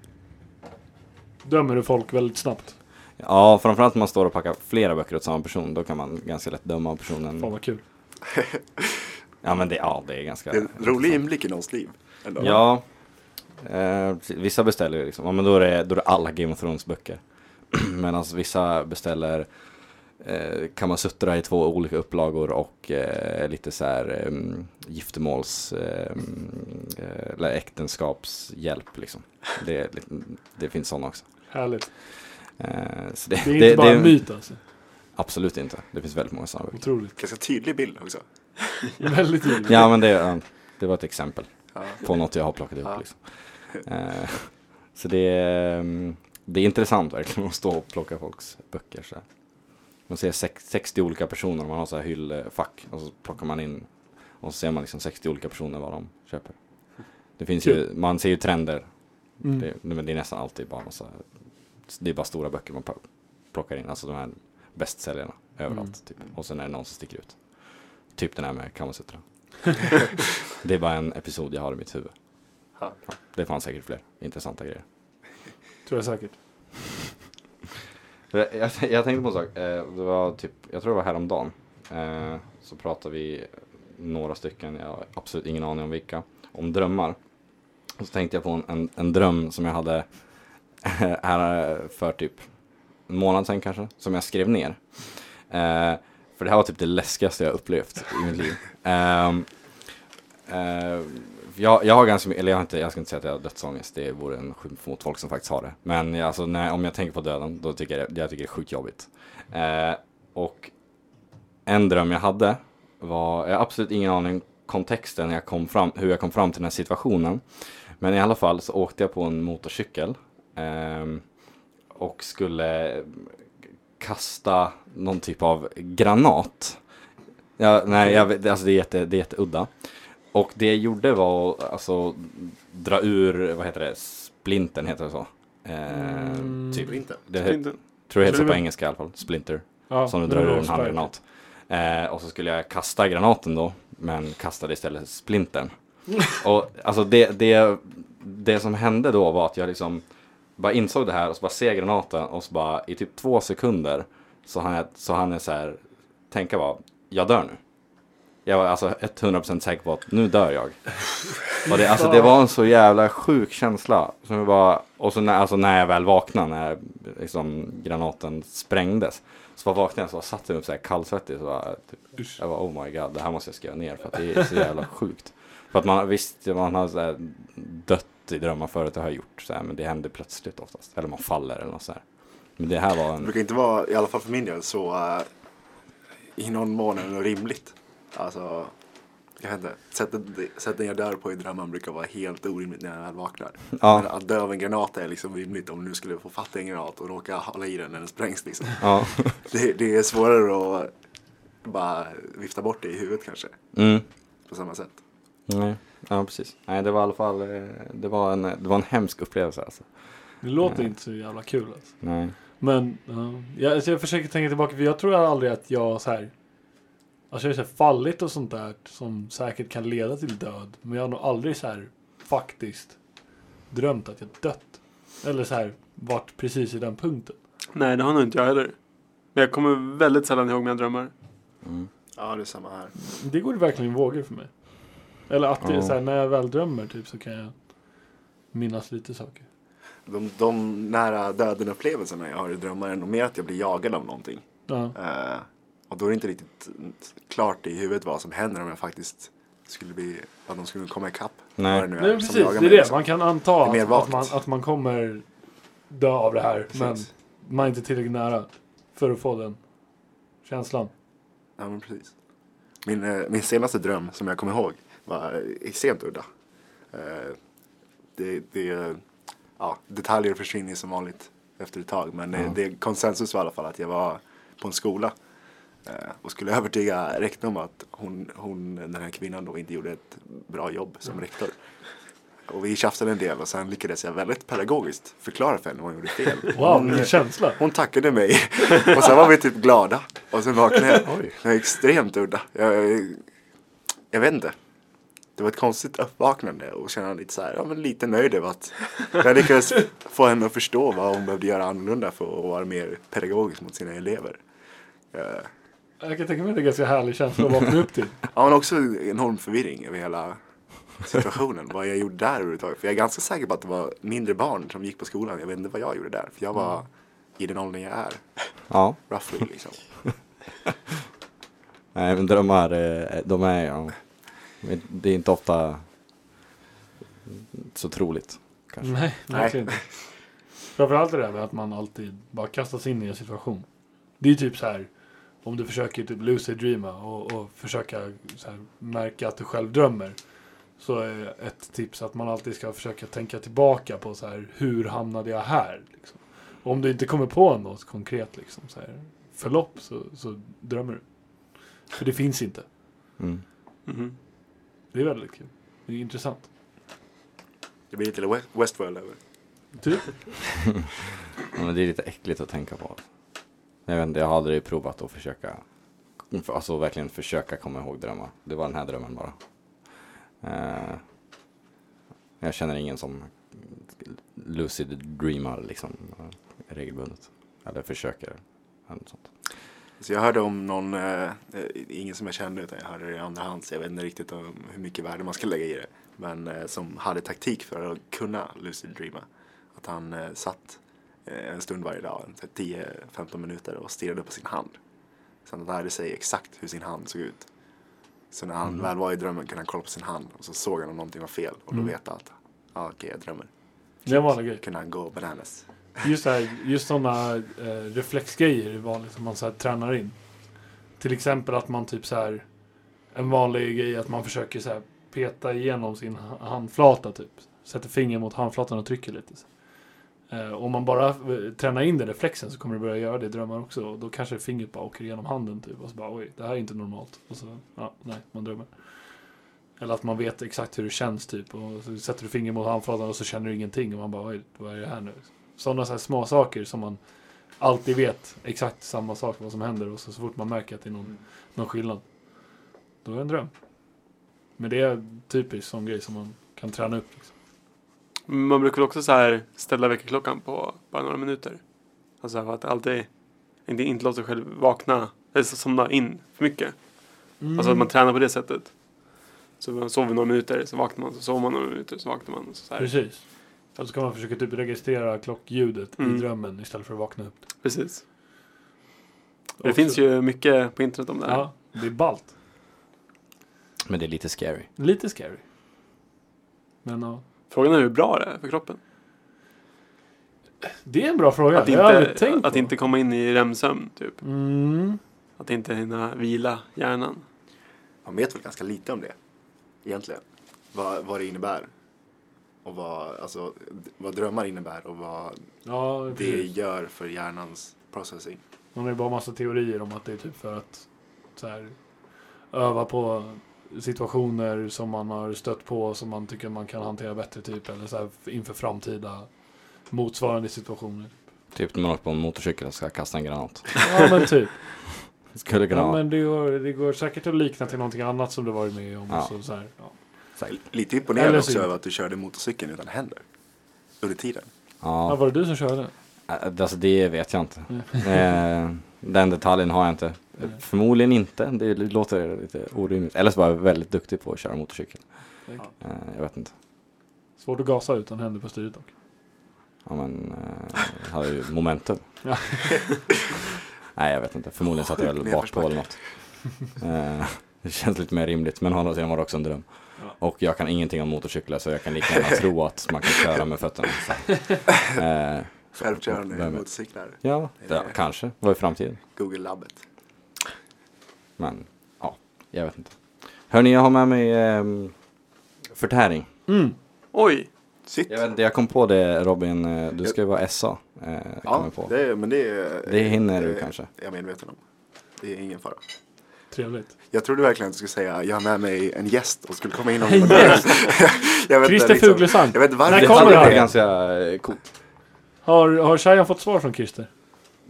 Speaker 1: Dömer du folk väldigt snabbt?
Speaker 3: Ja, framförallt när man står och packar flera böcker åt samma person, då kan man ganska lätt döma
Speaker 1: Fan
Speaker 3: personen.
Speaker 1: vad kul.
Speaker 3: Ja, men det, ja, det är ganska...
Speaker 4: det är en rolig inblick i någons liv. Ändå.
Speaker 3: Ja. Eh, vissa beställer ju liksom, ja, men då är, det, då är det alla Game of Thrones böcker. Medan vissa beställer eh, Kamasutra i två olika upplagor och eh, lite så här um, giftermåls eh, mm, eh, eller äktenskapshjälp liksom. Det, är lite- det finns sådana också.
Speaker 1: Härligt.
Speaker 3: Eh, så
Speaker 1: Det är inte bara en myt alltså.
Speaker 3: Absolut inte. Det finns väldigt många sådana böcker.
Speaker 1: Otroligt.
Speaker 4: Ganska tydlig bild också.
Speaker 1: Väldigt givet.
Speaker 3: Ja men det, ja, det var ett exempel.
Speaker 4: Ja.
Speaker 3: på något jag har plockat ihop.
Speaker 4: Ja.
Speaker 3: Liksom. Eh, så det är, mm, det är intressant verkligen att stå och plocka folks böcker. Så här. Man ser sex, 60 olika personer, man har så här hyllfack och så plockar man in och så ser man liksom 60 olika personer vad de köper. Det finns ju, man ser ju trender,
Speaker 1: Mm.
Speaker 3: det, men det är nästan alltid bara massa, det är bara stora böcker man pa- plockar in, alltså de här bästsäljarna överallt. Typ. Och sen är det någon som sticker ut. Typ den här med Kamasutra. det är bara en episod jag har i mitt huvud.
Speaker 4: Ja.
Speaker 3: Det fanns säkert fler intressanta grejer.
Speaker 1: Tror jag säkert.
Speaker 3: Jag, jag, jag tänkte på en sak. Eh, Det var typ, jag tror det var häromdagen. Eh, Så pratade vi några stycken, jag har absolut ingen aning om vilka, om drömmar. Och så tänkte jag på en, en, en dröm som jag hade eh, här för typ en månad sedan kanske, som jag skrev ner. Eh, För det här var typ det läskigaste jag upplevt i mitt liv. Ehm, eh, jag, jag har ganska mycket, eller jag, har inte, jag ska inte säga att jag har dödsångest, det vore en skymf mot folk som faktiskt har det. Men jag, alltså, när, om jag tänker på döden, då tycker jag det, jag tycker det är sjukt jobbigt. Eh, och en dröm jag hade var, jag har absolut ingen aning om kontexten jag kom fram, hur jag kom fram till den här situationen. Men i alla fall så åkte jag på en motorcykel ehm, och skulle kasta någon typ av granat. Ja, nej, jag, vet- alltså det är, jätte, det är jätteudda. Och det jag gjorde var att alltså, dra ur, vad heter det, splintern heter det så? Eh,
Speaker 1: Mm.
Speaker 3: typ.
Speaker 4: Inte.
Speaker 3: Det,
Speaker 5: Det är inte-
Speaker 3: tror jag heter så
Speaker 1: Tror
Speaker 3: på
Speaker 1: du-
Speaker 3: engelska i alla fall, splinter.
Speaker 1: Ja,
Speaker 3: Som du
Speaker 1: det
Speaker 3: drar
Speaker 1: var
Speaker 3: ur en
Speaker 1: starkt.
Speaker 3: handgranat. Eh, och så skulle jag kasta granaten då, men kastade istället splintern. och alltså det, det, det som hände då var att jag liksom bara insåg det här och så bara ser granaten och så bara i typ två sekunder så hann jag, så hann jag så här tänka bara, jag dör nu. Jag var alltså 100% säker på att nu dör jag. Och det, alltså det var en så jävla sjuk känsla. Som jag bara, och så när, alltså när jag väl vaknade, när liksom, granaten sprängdes. Så bara vaknade jag så bara satt jag upp så här kallsvettig. Så bara, typ, jag bara oh my god, det här måste jag skriva ner för att det är så jävla sjukt. För att man visst, man har så här, dött i drömmar förut, det har jag gjort. Så här, men det händer plötsligt oftast. Eller man faller eller något så här. Men det här var
Speaker 4: Det
Speaker 3: en...
Speaker 4: brukar inte vara, i alla fall för min del, så eh, i någon mån är det nog rimligt. Alltså, jag vet inte. Sättet, sättet jag dör på i drömmen brukar vara helt orimligt när jag väl vaknar.
Speaker 3: Ja.
Speaker 4: Men att dö av en granat är liksom rimligt om du nu skulle få fatt i en granat och råka hålla i den när den sprängs. Liksom.
Speaker 3: Ja.
Speaker 4: Det, det är svårare att bara vifta bort det i huvudet kanske,
Speaker 3: Mm.
Speaker 4: på samma sätt.
Speaker 3: Nej. Ja, precis. Nej, det var i alla fall, eh, det var en, det var en hemsk upplevelse alltså.
Speaker 1: Det låter inte så jävla kul alltså.
Speaker 3: Nej.
Speaker 1: Men ja, jag, alltså jag försöker tänka tillbaka för jag tror aldrig att jag så här. Alltså jag har så här fallit och sånt där som säkert kan leda till död. Men jag har nog aldrig så här faktiskt drömt att jag dött. Eller så här varit precis i den punkten.
Speaker 5: Nej, det har nog inte jag heller. Men jag kommer väldigt sällan ihåg mina drömmar.
Speaker 4: Ja, det är samma här.
Speaker 1: Det går verkligen i vågor för mig. Eller att det är så här, när jag väl drömmer typ så kan jag minnas lite saker.
Speaker 4: De, de nära döden-upplevelserna jag har i drömmar är nog mer att jag blir jagad av någonting.
Speaker 1: Ja.
Speaker 4: Eh, och då är det inte riktigt klart i huvudet vad som händer om jag faktiskt skulle bli, att de skulle komma ikapp.
Speaker 3: Nej.
Speaker 4: Vad det nu är
Speaker 1: Nej men
Speaker 4: som
Speaker 1: precis, det
Speaker 4: jagar
Speaker 1: är
Speaker 4: mig,
Speaker 1: det.
Speaker 4: liksom.
Speaker 1: Man kan anta
Speaker 4: Det är mer
Speaker 1: att, att,
Speaker 4: vagt.
Speaker 1: man, att man kommer dö av det här. Men
Speaker 4: Precis.
Speaker 1: man är inte tillräckligt nära för att få den känslan.
Speaker 4: Ja, men precis. Min, eh, min senaste dröm som jag kommer ihåg var eh, extremt udda. Eh, Det, det, eh, ja, detaljer försvinner ju som vanligt efter ett tag men eh, det konsensus var i alla fall att jag var på en skola eh, och skulle övertyga rektorn om att hon, hon, den här kvinnan då inte gjorde ett bra jobb som rektor. Och vi tjafsade en del och sen lyckades jag väldigt pedagogiskt förklara för henne vad hon gjorde fel.
Speaker 1: Wow, vilken känsla!
Speaker 4: Hon tackade mig och sen var vi typ glada. Och sen vaknade jag. Det var extremt udda. Jag, jag vet inte. Det var ett konstigt uppvaknande och känna lite så här, ja men lite nöjd över att jag lyckades få henne att förstå vad hon behövde göra annorlunda för att vara mer pedagogisk mot sina elever. Eh,
Speaker 1: Jag kan tänka mig att det är en ganska härlig känsla att vakna upp till.
Speaker 4: Ja men också en enorm förvirring över hela situationen, vad jag gjorde där överhuvudtaget. För jag är ganska säker på att det var mindre barn som gick på skolan, jag vet inte vad jag gjorde där. För jag var i den åldern jag är,
Speaker 3: Ja.
Speaker 4: roughly liksom.
Speaker 3: Nej, men drömmar, eh, de är, ja, men det är inte ofta så troligt. Kanske.
Speaker 1: Nej, verkligen inte. Framförallt det där med att man alltid bara kastas in i en situation. Det är typ så här, om du försöker typ lucid dreama och, och försöka så här, märka att du själv drömmer. Så är ett tips att man alltid ska försöka tänka tillbaka på så här, hur hamnade jag här? Liksom. Och om du inte kommer på något konkret liksom, så här, förlopp så, så drömmer du. För det finns inte.
Speaker 3: Mm.
Speaker 5: Mhm.
Speaker 1: Det är väldigt kul. Det är intressant.
Speaker 4: Det blir lite West- Westworld över.
Speaker 1: Typ.
Speaker 3: Ja, men det är lite äckligt att tänka på. Jag, vet inte, jag har aldrig provat att försöka, alltså verkligen försöka komma ihåg drömmar. Det var den här drömmen bara. Eh, jag känner ingen som lucid dreamar liksom eh, regelbundet. Eller försöker. Eller något sånt.
Speaker 4: Så jag hörde om någon, eh, eh, ingen som jag kände utan jag hörde det i andra hand så jag vet inte riktigt om hur mycket värde man ska lägga i det. Men eh, som hade taktik för att kunna lucid dreama. Att han eh, satt eh, en stund varje dag, så här 10-15 minuter och stirrade på sin hand. Så han lärde sig exakt hur sin hand såg ut. Så när han
Speaker 1: Mm.
Speaker 4: väl var i drömmen kunde han kolla på sin hand och så såg han om någonting var fel och då
Speaker 1: Mm.
Speaker 4: vet han att ah, okej jag drömmer.
Speaker 1: Det är en vanlig grej.
Speaker 4: Kunde han gå bananas.
Speaker 1: Just, det här, just sådana eh, reflexgrejer är vanligt som man så här, tränar in. Till exempel att man typ så här. En vanlig grej är att man försöker så här, peta igenom sin ha- handflata typ. Sätter fingret mot handflatan och trycker lite. Så. Eh, om man bara eh, tränar in den reflexen så kommer du börja göra det i drömmar också. Och då kanske fingret bara åker igenom handen typ. Och så bara oj, det här är inte normalt. Och så, ja, nej, man drömmer. Eller att man vet exakt hur det känns typ. Och så sätter du fingret mot handflatan och så känner du ingenting. Och man bara oj, vad är det här nu? Sådana så här små saker som man alltid vet exakt samma sak vad som händer och så, så fort man märker att det är
Speaker 5: Mm.
Speaker 1: någon, någon skillnad. Då är det en dröm. Men det är typiskt sån grej som man kan träna upp. Liksom.
Speaker 5: Man brukar väl också så här ställa väckarklockan på bara några minuter. Alltså för att alltid inte, inte låta sig själv vakna eller så- somna in för mycket. Alltså
Speaker 1: Mm.
Speaker 5: att man tränar på det sättet. Så man sover några minuter, så vaknar man, så sover man några minuter, så vaknar man. Så här.
Speaker 1: Precis. Och så kan man försöka typ registrera klockljudet
Speaker 5: Mm.
Speaker 1: i drömmen istället för att vakna upp.
Speaker 5: Precis. Det finns ju mycket på internet om det här.
Speaker 1: Ja, det är ballt.
Speaker 3: Men det är lite scary.
Speaker 1: Lite scary. Men ja.
Speaker 5: Frågan är hur bra det är för kroppen.
Speaker 1: Det är en bra fråga.
Speaker 5: att
Speaker 1: det har jag aldrig
Speaker 5: inte,
Speaker 1: tänkt
Speaker 5: att
Speaker 1: på.
Speaker 5: inte komma in i REM-sömn, typ.
Speaker 1: Mm.
Speaker 5: Att inte hinna vila hjärnan.
Speaker 4: Man vet väl ganska lite om det egentligen. Vad, vad det innebär. Och vad, alltså, d- vad drömmar innebär och vad
Speaker 1: Ja,
Speaker 4: det
Speaker 3: Mm.
Speaker 1: precis.
Speaker 4: gör för hjärnans processing.
Speaker 1: Man har ju bara massa teorier om att det är typ för att så här, öva på situationer som man har stött på som man tycker man kan hantera bättre typ eller så här, inför framtida motsvarande situationer.
Speaker 3: Typ när man åker på en motorcykel och ska kasta en granat.
Speaker 1: Ja men typ.
Speaker 3: Skulle kunna
Speaker 1: Ja,
Speaker 3: vara.
Speaker 1: men det, går, det går säkert att likna till någonting annat som du varit med om.
Speaker 3: Ja.
Speaker 1: Så, så här, ja.
Speaker 3: Säkert.
Speaker 4: Lite imponerande
Speaker 1: Eller
Speaker 4: också
Speaker 1: synd.
Speaker 4: över att du körde motorcykeln utan händer. Under tiden.
Speaker 1: Ja,
Speaker 3: Ja,
Speaker 1: var det du som körde?
Speaker 3: äh, alltså det vet jag inte. Eh, Den detaljen har jag inte. Eh, Förmodligen inte. Det låter lite orimligt. Eller så var jag väldigt duktig på att köra motorcykel.
Speaker 1: Ja.
Speaker 3: Eh, Jag vet inte.
Speaker 1: Svårt att gasa utan händer på styret dock.
Speaker 3: Ja men, eh, jag hade ju momentum.
Speaker 1: Ja.
Speaker 3: Nej jag vet inte, förmodligen satt jag väl
Speaker 4: Nedförsbacke.
Speaker 3: bakpå eller något. Eh, Det känns lite mer rimligt, men å andra sidan var det också en dröm.
Speaker 1: Ja.
Speaker 3: Och jag kan ingenting om motorcyklar så jag kan lika gärna tro att man kan köra med fötterna. Så. Eh,
Speaker 4: Självkörande
Speaker 3: Vem vet?
Speaker 4: motorcyklar.
Speaker 3: Ja, det,
Speaker 4: Eh.
Speaker 3: kanske. Vad är framtiden?
Speaker 4: Google-labbet.
Speaker 3: Men ja, jag vet inte. Hörni, jag har med mig ehm, förtäring.
Speaker 5: Oj!
Speaker 4: Shit.
Speaker 3: Jag, vet inte, jag kom på det Robin, eh, du ska ju vara SA. Eh, kom
Speaker 4: Ja,
Speaker 3: jag på.
Speaker 4: det, är- men det är...
Speaker 3: Det hinner du
Speaker 4: är
Speaker 3: kanske.
Speaker 4: Jag är medveten om. Det är ingen fara.
Speaker 1: Trevligt.
Speaker 4: Jag trodde verkligen att du skulle säga jag har med mig en gäst och skulle komma in och yes. jag vet,
Speaker 1: Christer
Speaker 4: inte, liksom.
Speaker 1: Fuglesang.
Speaker 4: Jag vet inte varför
Speaker 1: När
Speaker 4: jag
Speaker 1: kommer
Speaker 4: hade
Speaker 1: han?
Speaker 4: det.
Speaker 3: ganska eh, coolt.
Speaker 1: Har, har Shayan fått svar från Christer?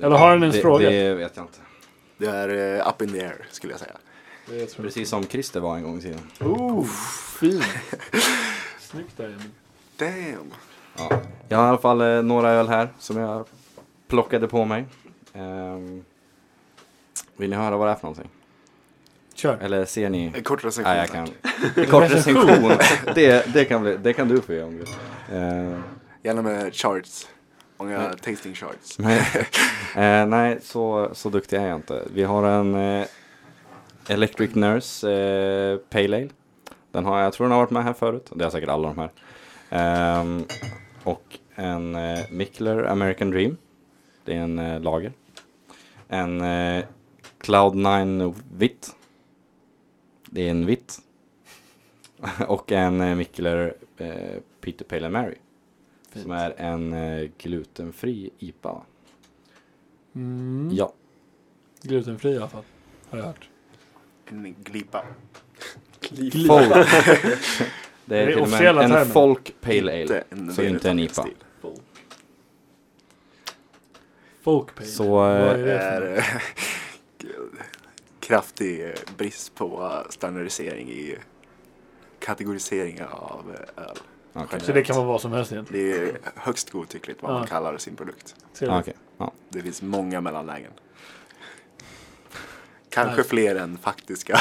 Speaker 1: Eller har han ens
Speaker 3: det,
Speaker 1: frågat?
Speaker 3: Det vet jag inte.
Speaker 4: Det är eh, up in the air skulle jag säga.
Speaker 1: Det tror
Speaker 3: Precis som Christer var en gång i tiden.
Speaker 1: jag. Oh, fin. Snyggt där Emil.
Speaker 4: Damn.
Speaker 3: Ja. Jag har i alla fall eh, några öl här som jag plockade på mig. Ehm, vill ni höra vad det är för någonting?
Speaker 1: Kör.
Speaker 3: Eller ser ni?
Speaker 4: En kort recension.
Speaker 3: Nej, jag
Speaker 4: tack.
Speaker 3: kan. Kort recension. Det, det, kan bli, det kan du få göra om du vill. Eh,
Speaker 4: Gärna med charts. Många tasting charts.
Speaker 3: nej, Eh, nej så, så duktig är jag inte. Vi har en eh, Electric Nurse eh, Pale Ale. Den har, jag tror den har varit med här förut. Det har säkert alla de här. Ehm, och en eh, Mickler American Dream. Det är en eh, lager. En eh, Cloud 9 Vitt. Det är en vitt. och en eh, Mickler eh, Peter Pale and Mary. Som är en eh, glutenfri IPA. va?
Speaker 1: Mm.
Speaker 3: Ja.
Speaker 1: Glutenfri i alla fall. Har jag hört.
Speaker 4: En glipa.
Speaker 3: Folk. det
Speaker 1: är
Speaker 3: är till och med
Speaker 1: officiella
Speaker 3: en,
Speaker 1: termen.
Speaker 3: en folk pale ale.
Speaker 4: Inte en
Speaker 3: Så inte en IPA.
Speaker 4: stil.
Speaker 1: Folkpage.
Speaker 3: Så,
Speaker 1: Vad är
Speaker 4: Det
Speaker 1: det för något?
Speaker 4: är eh, gud, kraftig eh, brist på eh, standardisering i kategoriseringar av eh, öl.
Speaker 3: Okej.
Speaker 1: Så det kan vara vad som helst egentligen.
Speaker 4: Det är högst godtyckligt vad
Speaker 1: Ja.
Speaker 4: man kallar sin produkt.
Speaker 1: Trevligt.
Speaker 3: ah, Okej, Ja.
Speaker 4: Det finns många mellanlägen. Kanske
Speaker 1: Nice.
Speaker 4: fler än faktiska,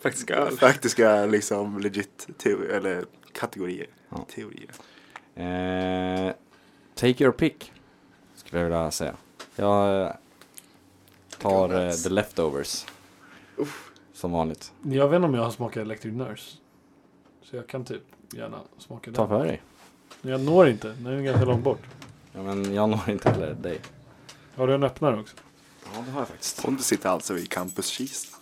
Speaker 5: Faktiskt öl.
Speaker 4: faktiska liksom legit teo- eller kategorier.
Speaker 3: Ja.
Speaker 4: Teorier.
Speaker 3: Eh, take your pick. Skulle jag vilja säga. Jag eh, tar eh, the leftovers. Som vanligt.
Speaker 1: Jag vet inte om jag har smakat Electric Nurse. Så jag kan typ gärna smaka
Speaker 3: Ta
Speaker 1: den.
Speaker 3: för dig.
Speaker 1: Men jag når inte. Den är ju ganska långt bort.
Speaker 3: Ja, men jag når inte heller dig.
Speaker 1: Har du en öppnare också?
Speaker 3: Ja, det har jag faktiskt.
Speaker 4: Och du sitter alltså i Campus Kista.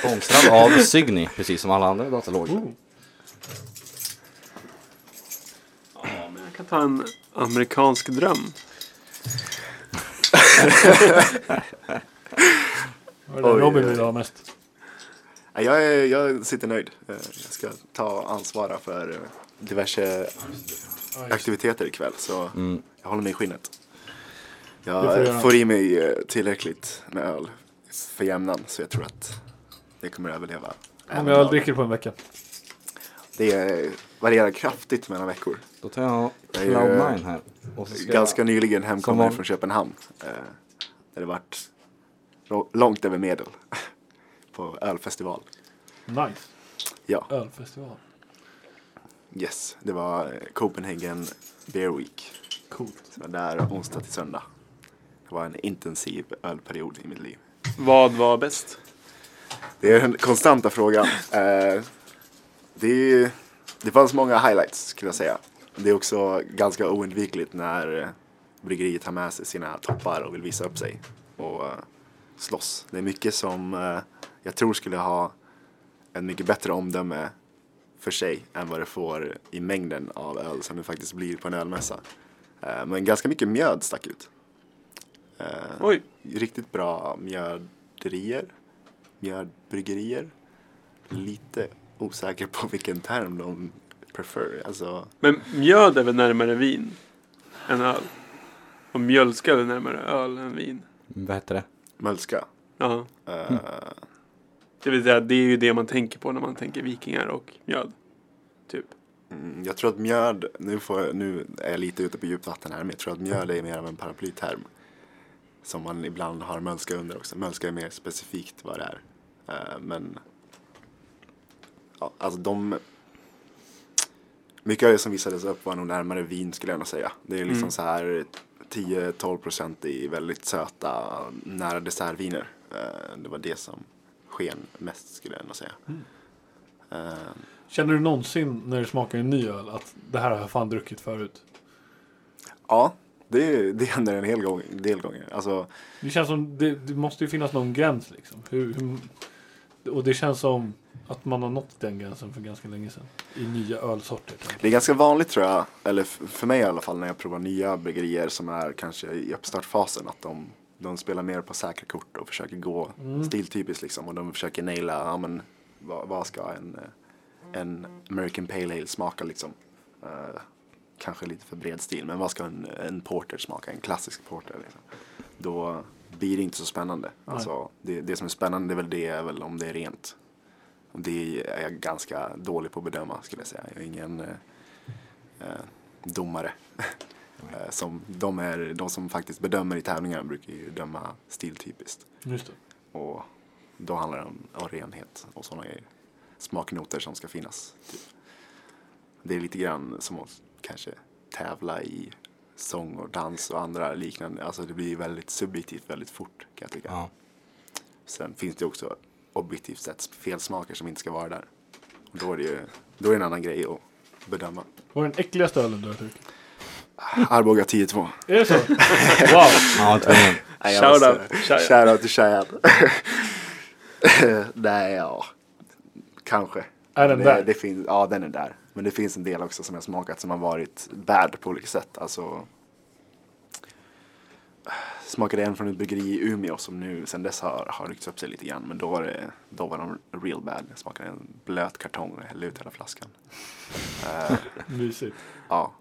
Speaker 3: Sponsrad av Cygni, precis som alla andra dataloger.
Speaker 5: Jag kan ta en amerikansk dröm.
Speaker 1: Vad är det
Speaker 4: Oj,
Speaker 1: Robin
Speaker 4: oj,
Speaker 1: vill ha mest?
Speaker 4: Nej, Jag, är, jag sitter nöjd. Eh, Jag ska ta ansvara för eh, diverse aktiviteter ikväll. Så jag håller mig i skinnet.
Speaker 1: Det får du göra.
Speaker 4: Jag får i mig eh, tillräckligt med öl för jämnan. Så jag tror att jag kommer överleva.
Speaker 1: Hur
Speaker 4: även
Speaker 1: många öl
Speaker 4: dag.
Speaker 1: dricker du på en vecka?
Speaker 4: Det eh, varierar kraftigt mellan veckor.
Speaker 3: Då tar jag
Speaker 4: är ju-
Speaker 3: Cloud9 här. Och så ska
Speaker 4: Ganska
Speaker 3: jag...
Speaker 4: nyligen
Speaker 3: Som
Speaker 4: hemkommen
Speaker 3: van-
Speaker 4: från Köpenhamn. Eh, där det varit lo- långt över medel på ölfestival.
Speaker 1: Nice.
Speaker 4: Ja,
Speaker 1: Ölfestival.
Speaker 4: yes. Det var eh, Copenhagen Beer Week.
Speaker 1: Coolt.
Speaker 4: Så jag var där onsdag till söndag. Det var en intensiv ölperiod i mitt liv.
Speaker 5: Vad var bäst?
Speaker 4: Det är den konstanta frågan. Eh, det, är, ju- det fanns många highlights skulle jag säga. Det är också ganska oundvikligt när eh, bryggeriet har med sig sina toppar och vill visa upp sig och eh, slåss. Det är mycket som eh, jag tror skulle ha en mycket bättre omdöme för sig än vad det får i mängden av öl som det faktiskt blir på en ölmässa. Eh, men ganska mycket mjöd stack ut. Eh,
Speaker 5: Oj!
Speaker 4: riktigt bra mjöderier. Mjödbryggerier. Lite osäker på vilken term de prefer. Alltså,
Speaker 5: Men mjöd är väl närmare vin än öl? Och mjölska är väl närmare öl än vin?
Speaker 3: Vad heter det?
Speaker 4: mölska.
Speaker 5: Ja.
Speaker 4: Eh,
Speaker 5: Det vill säga, det är ju det man tänker på när man tänker vikingar och mjöd. Typ.
Speaker 4: mm, jag tror att mjöd, nu, får jag, nu är jag lite ute på djupt vatten här, men jag tror att mjöd är mer av en paraplyterm. Som man ibland har mölska under också. Mölska är mer specifikt vad det är. Eh, men, ja, alltså de... Mycket av det som visades upp var nog närmare vin skulle jag nog säga. Det är liksom
Speaker 5: Mm.
Speaker 4: så här 10-12 procent i väldigt söta, nära dessertviner. Eh, Det var det som sken mest skulle jag nog säga. Eh,
Speaker 1: Känner du någonsin när du smakar en ny öl att det här har jag fan druckit förut?
Speaker 4: Ja, det, det händer en hel gång, del gånger. Alltså,
Speaker 1: Det känns som, det, det måste ju finnas någon gräns liksom. Hur, hur, och det känns som att man har nått den gränsen för ganska länge sedan. I nya ölsorter.
Speaker 4: det är ganska vanligt tror jag, eller f- för mig i alla fall när jag provar nya bryggerier som är kanske i uppstartfasen att de, de spelar mer på säkra kort och försöker gå stiltypiskt liksom och de försöker naila, ja men vad, vad ska en, eh, en American Pale Ale smaka liksom? Eh, kanske lite för bred stil, men vad ska en, en porter smaka? En klassisk porter liksom. Då blir det inte så spännande. Alltså, det, det som är spännande är väl det är väl om det är rent. Och Det är jag ganska dålig på att bedöma skulle jag säga. Jag är ingen eh, eh, domare. Eh, som, de, är, de som faktiskt bedömer i tävlingar brukar ju döma stiltypiskt.
Speaker 1: Just det.
Speaker 4: Och då handlar det om, om renhet och sådana grejer. Smaknoter som ska finnas. Typ. Det är lite grann som att kanske tävla i sång och dans och andra liknande. Alltså det blir väldigt subjektivt väldigt fort kan jag tycka.
Speaker 3: Ja.
Speaker 4: Sen finns det också objektivt sett felsmaker som inte ska vara där. Och då är det ju då är det en annan grej att bedöma. Ah,
Speaker 1: Vad är den äckligaste ölen du har druckit?
Speaker 4: Arboga 10-2.
Speaker 1: Är det så? Wow!
Speaker 3: Ja, tvungen.
Speaker 4: Nej, jag
Speaker 5: Shoutout,
Speaker 4: måste-
Speaker 5: Cheyenne.
Speaker 4: Shoutout till Cheyenne. Nej, ja. Kanske.
Speaker 1: Är den
Speaker 4: det,
Speaker 1: där?
Speaker 4: Det finns, ja, den är där. Men det finns en del också som jag smakat som har varit bad på olika sätt. Alltså. Smakade en från ett bryggeri i Umeå som nu sen dess har, har ryckts upp sig lite grann. Men då var, det, då var de real bad. Jag smakade en blöt kartong och hällde ut hela flaskan. Eh,
Speaker 1: Mysigt.
Speaker 4: Ja.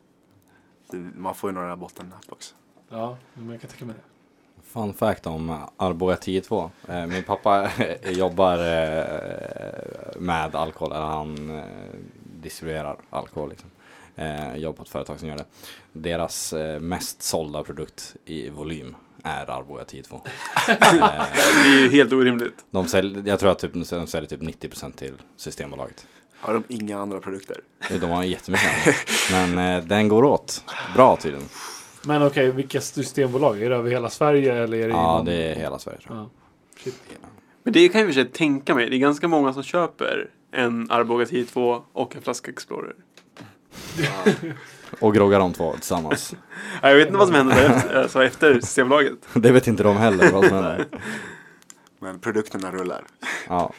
Speaker 4: Det, man får ju några bottennapp också.
Speaker 1: Ja, men jag kan tänka mig det.
Speaker 3: Fun fact om eh, Arboga 10-2. Eh, Min pappa jobbar eh, med alkohol, eller han eh, distribuerar alkohol. Liksom. Eh, Jobbar på ett företag som gör det. Deras eh, mest sålda produkt i volym är Arboga 10-2.
Speaker 5: Det är ju helt orimligt.
Speaker 3: De säljer, jag tror att typ, de säljer typ 90% till Systembolaget. Eh,
Speaker 4: Har de inga andra produkter?
Speaker 3: De har jättemycket annat. Men eh, den går åt. Bra tydligen.
Speaker 1: Men okej, vilka systembolag? Är det över hela Sverige eller är det
Speaker 3: Ja,
Speaker 1: inom-
Speaker 3: det är hela Sverige tror jag.
Speaker 1: Ja. Shit.
Speaker 5: Men det kan jag i och för sig tänka mig. Det är ganska många som köper en Arboga 10-2 och en flaska Explorer.
Speaker 3: Och groggar de två tillsammans.
Speaker 5: Ja, Jag vet inte vad som hände därefter, alltså efter Systembolaget.
Speaker 3: Det vet inte de heller vad som händer.
Speaker 4: Men produkterna rullar.
Speaker 3: Ja.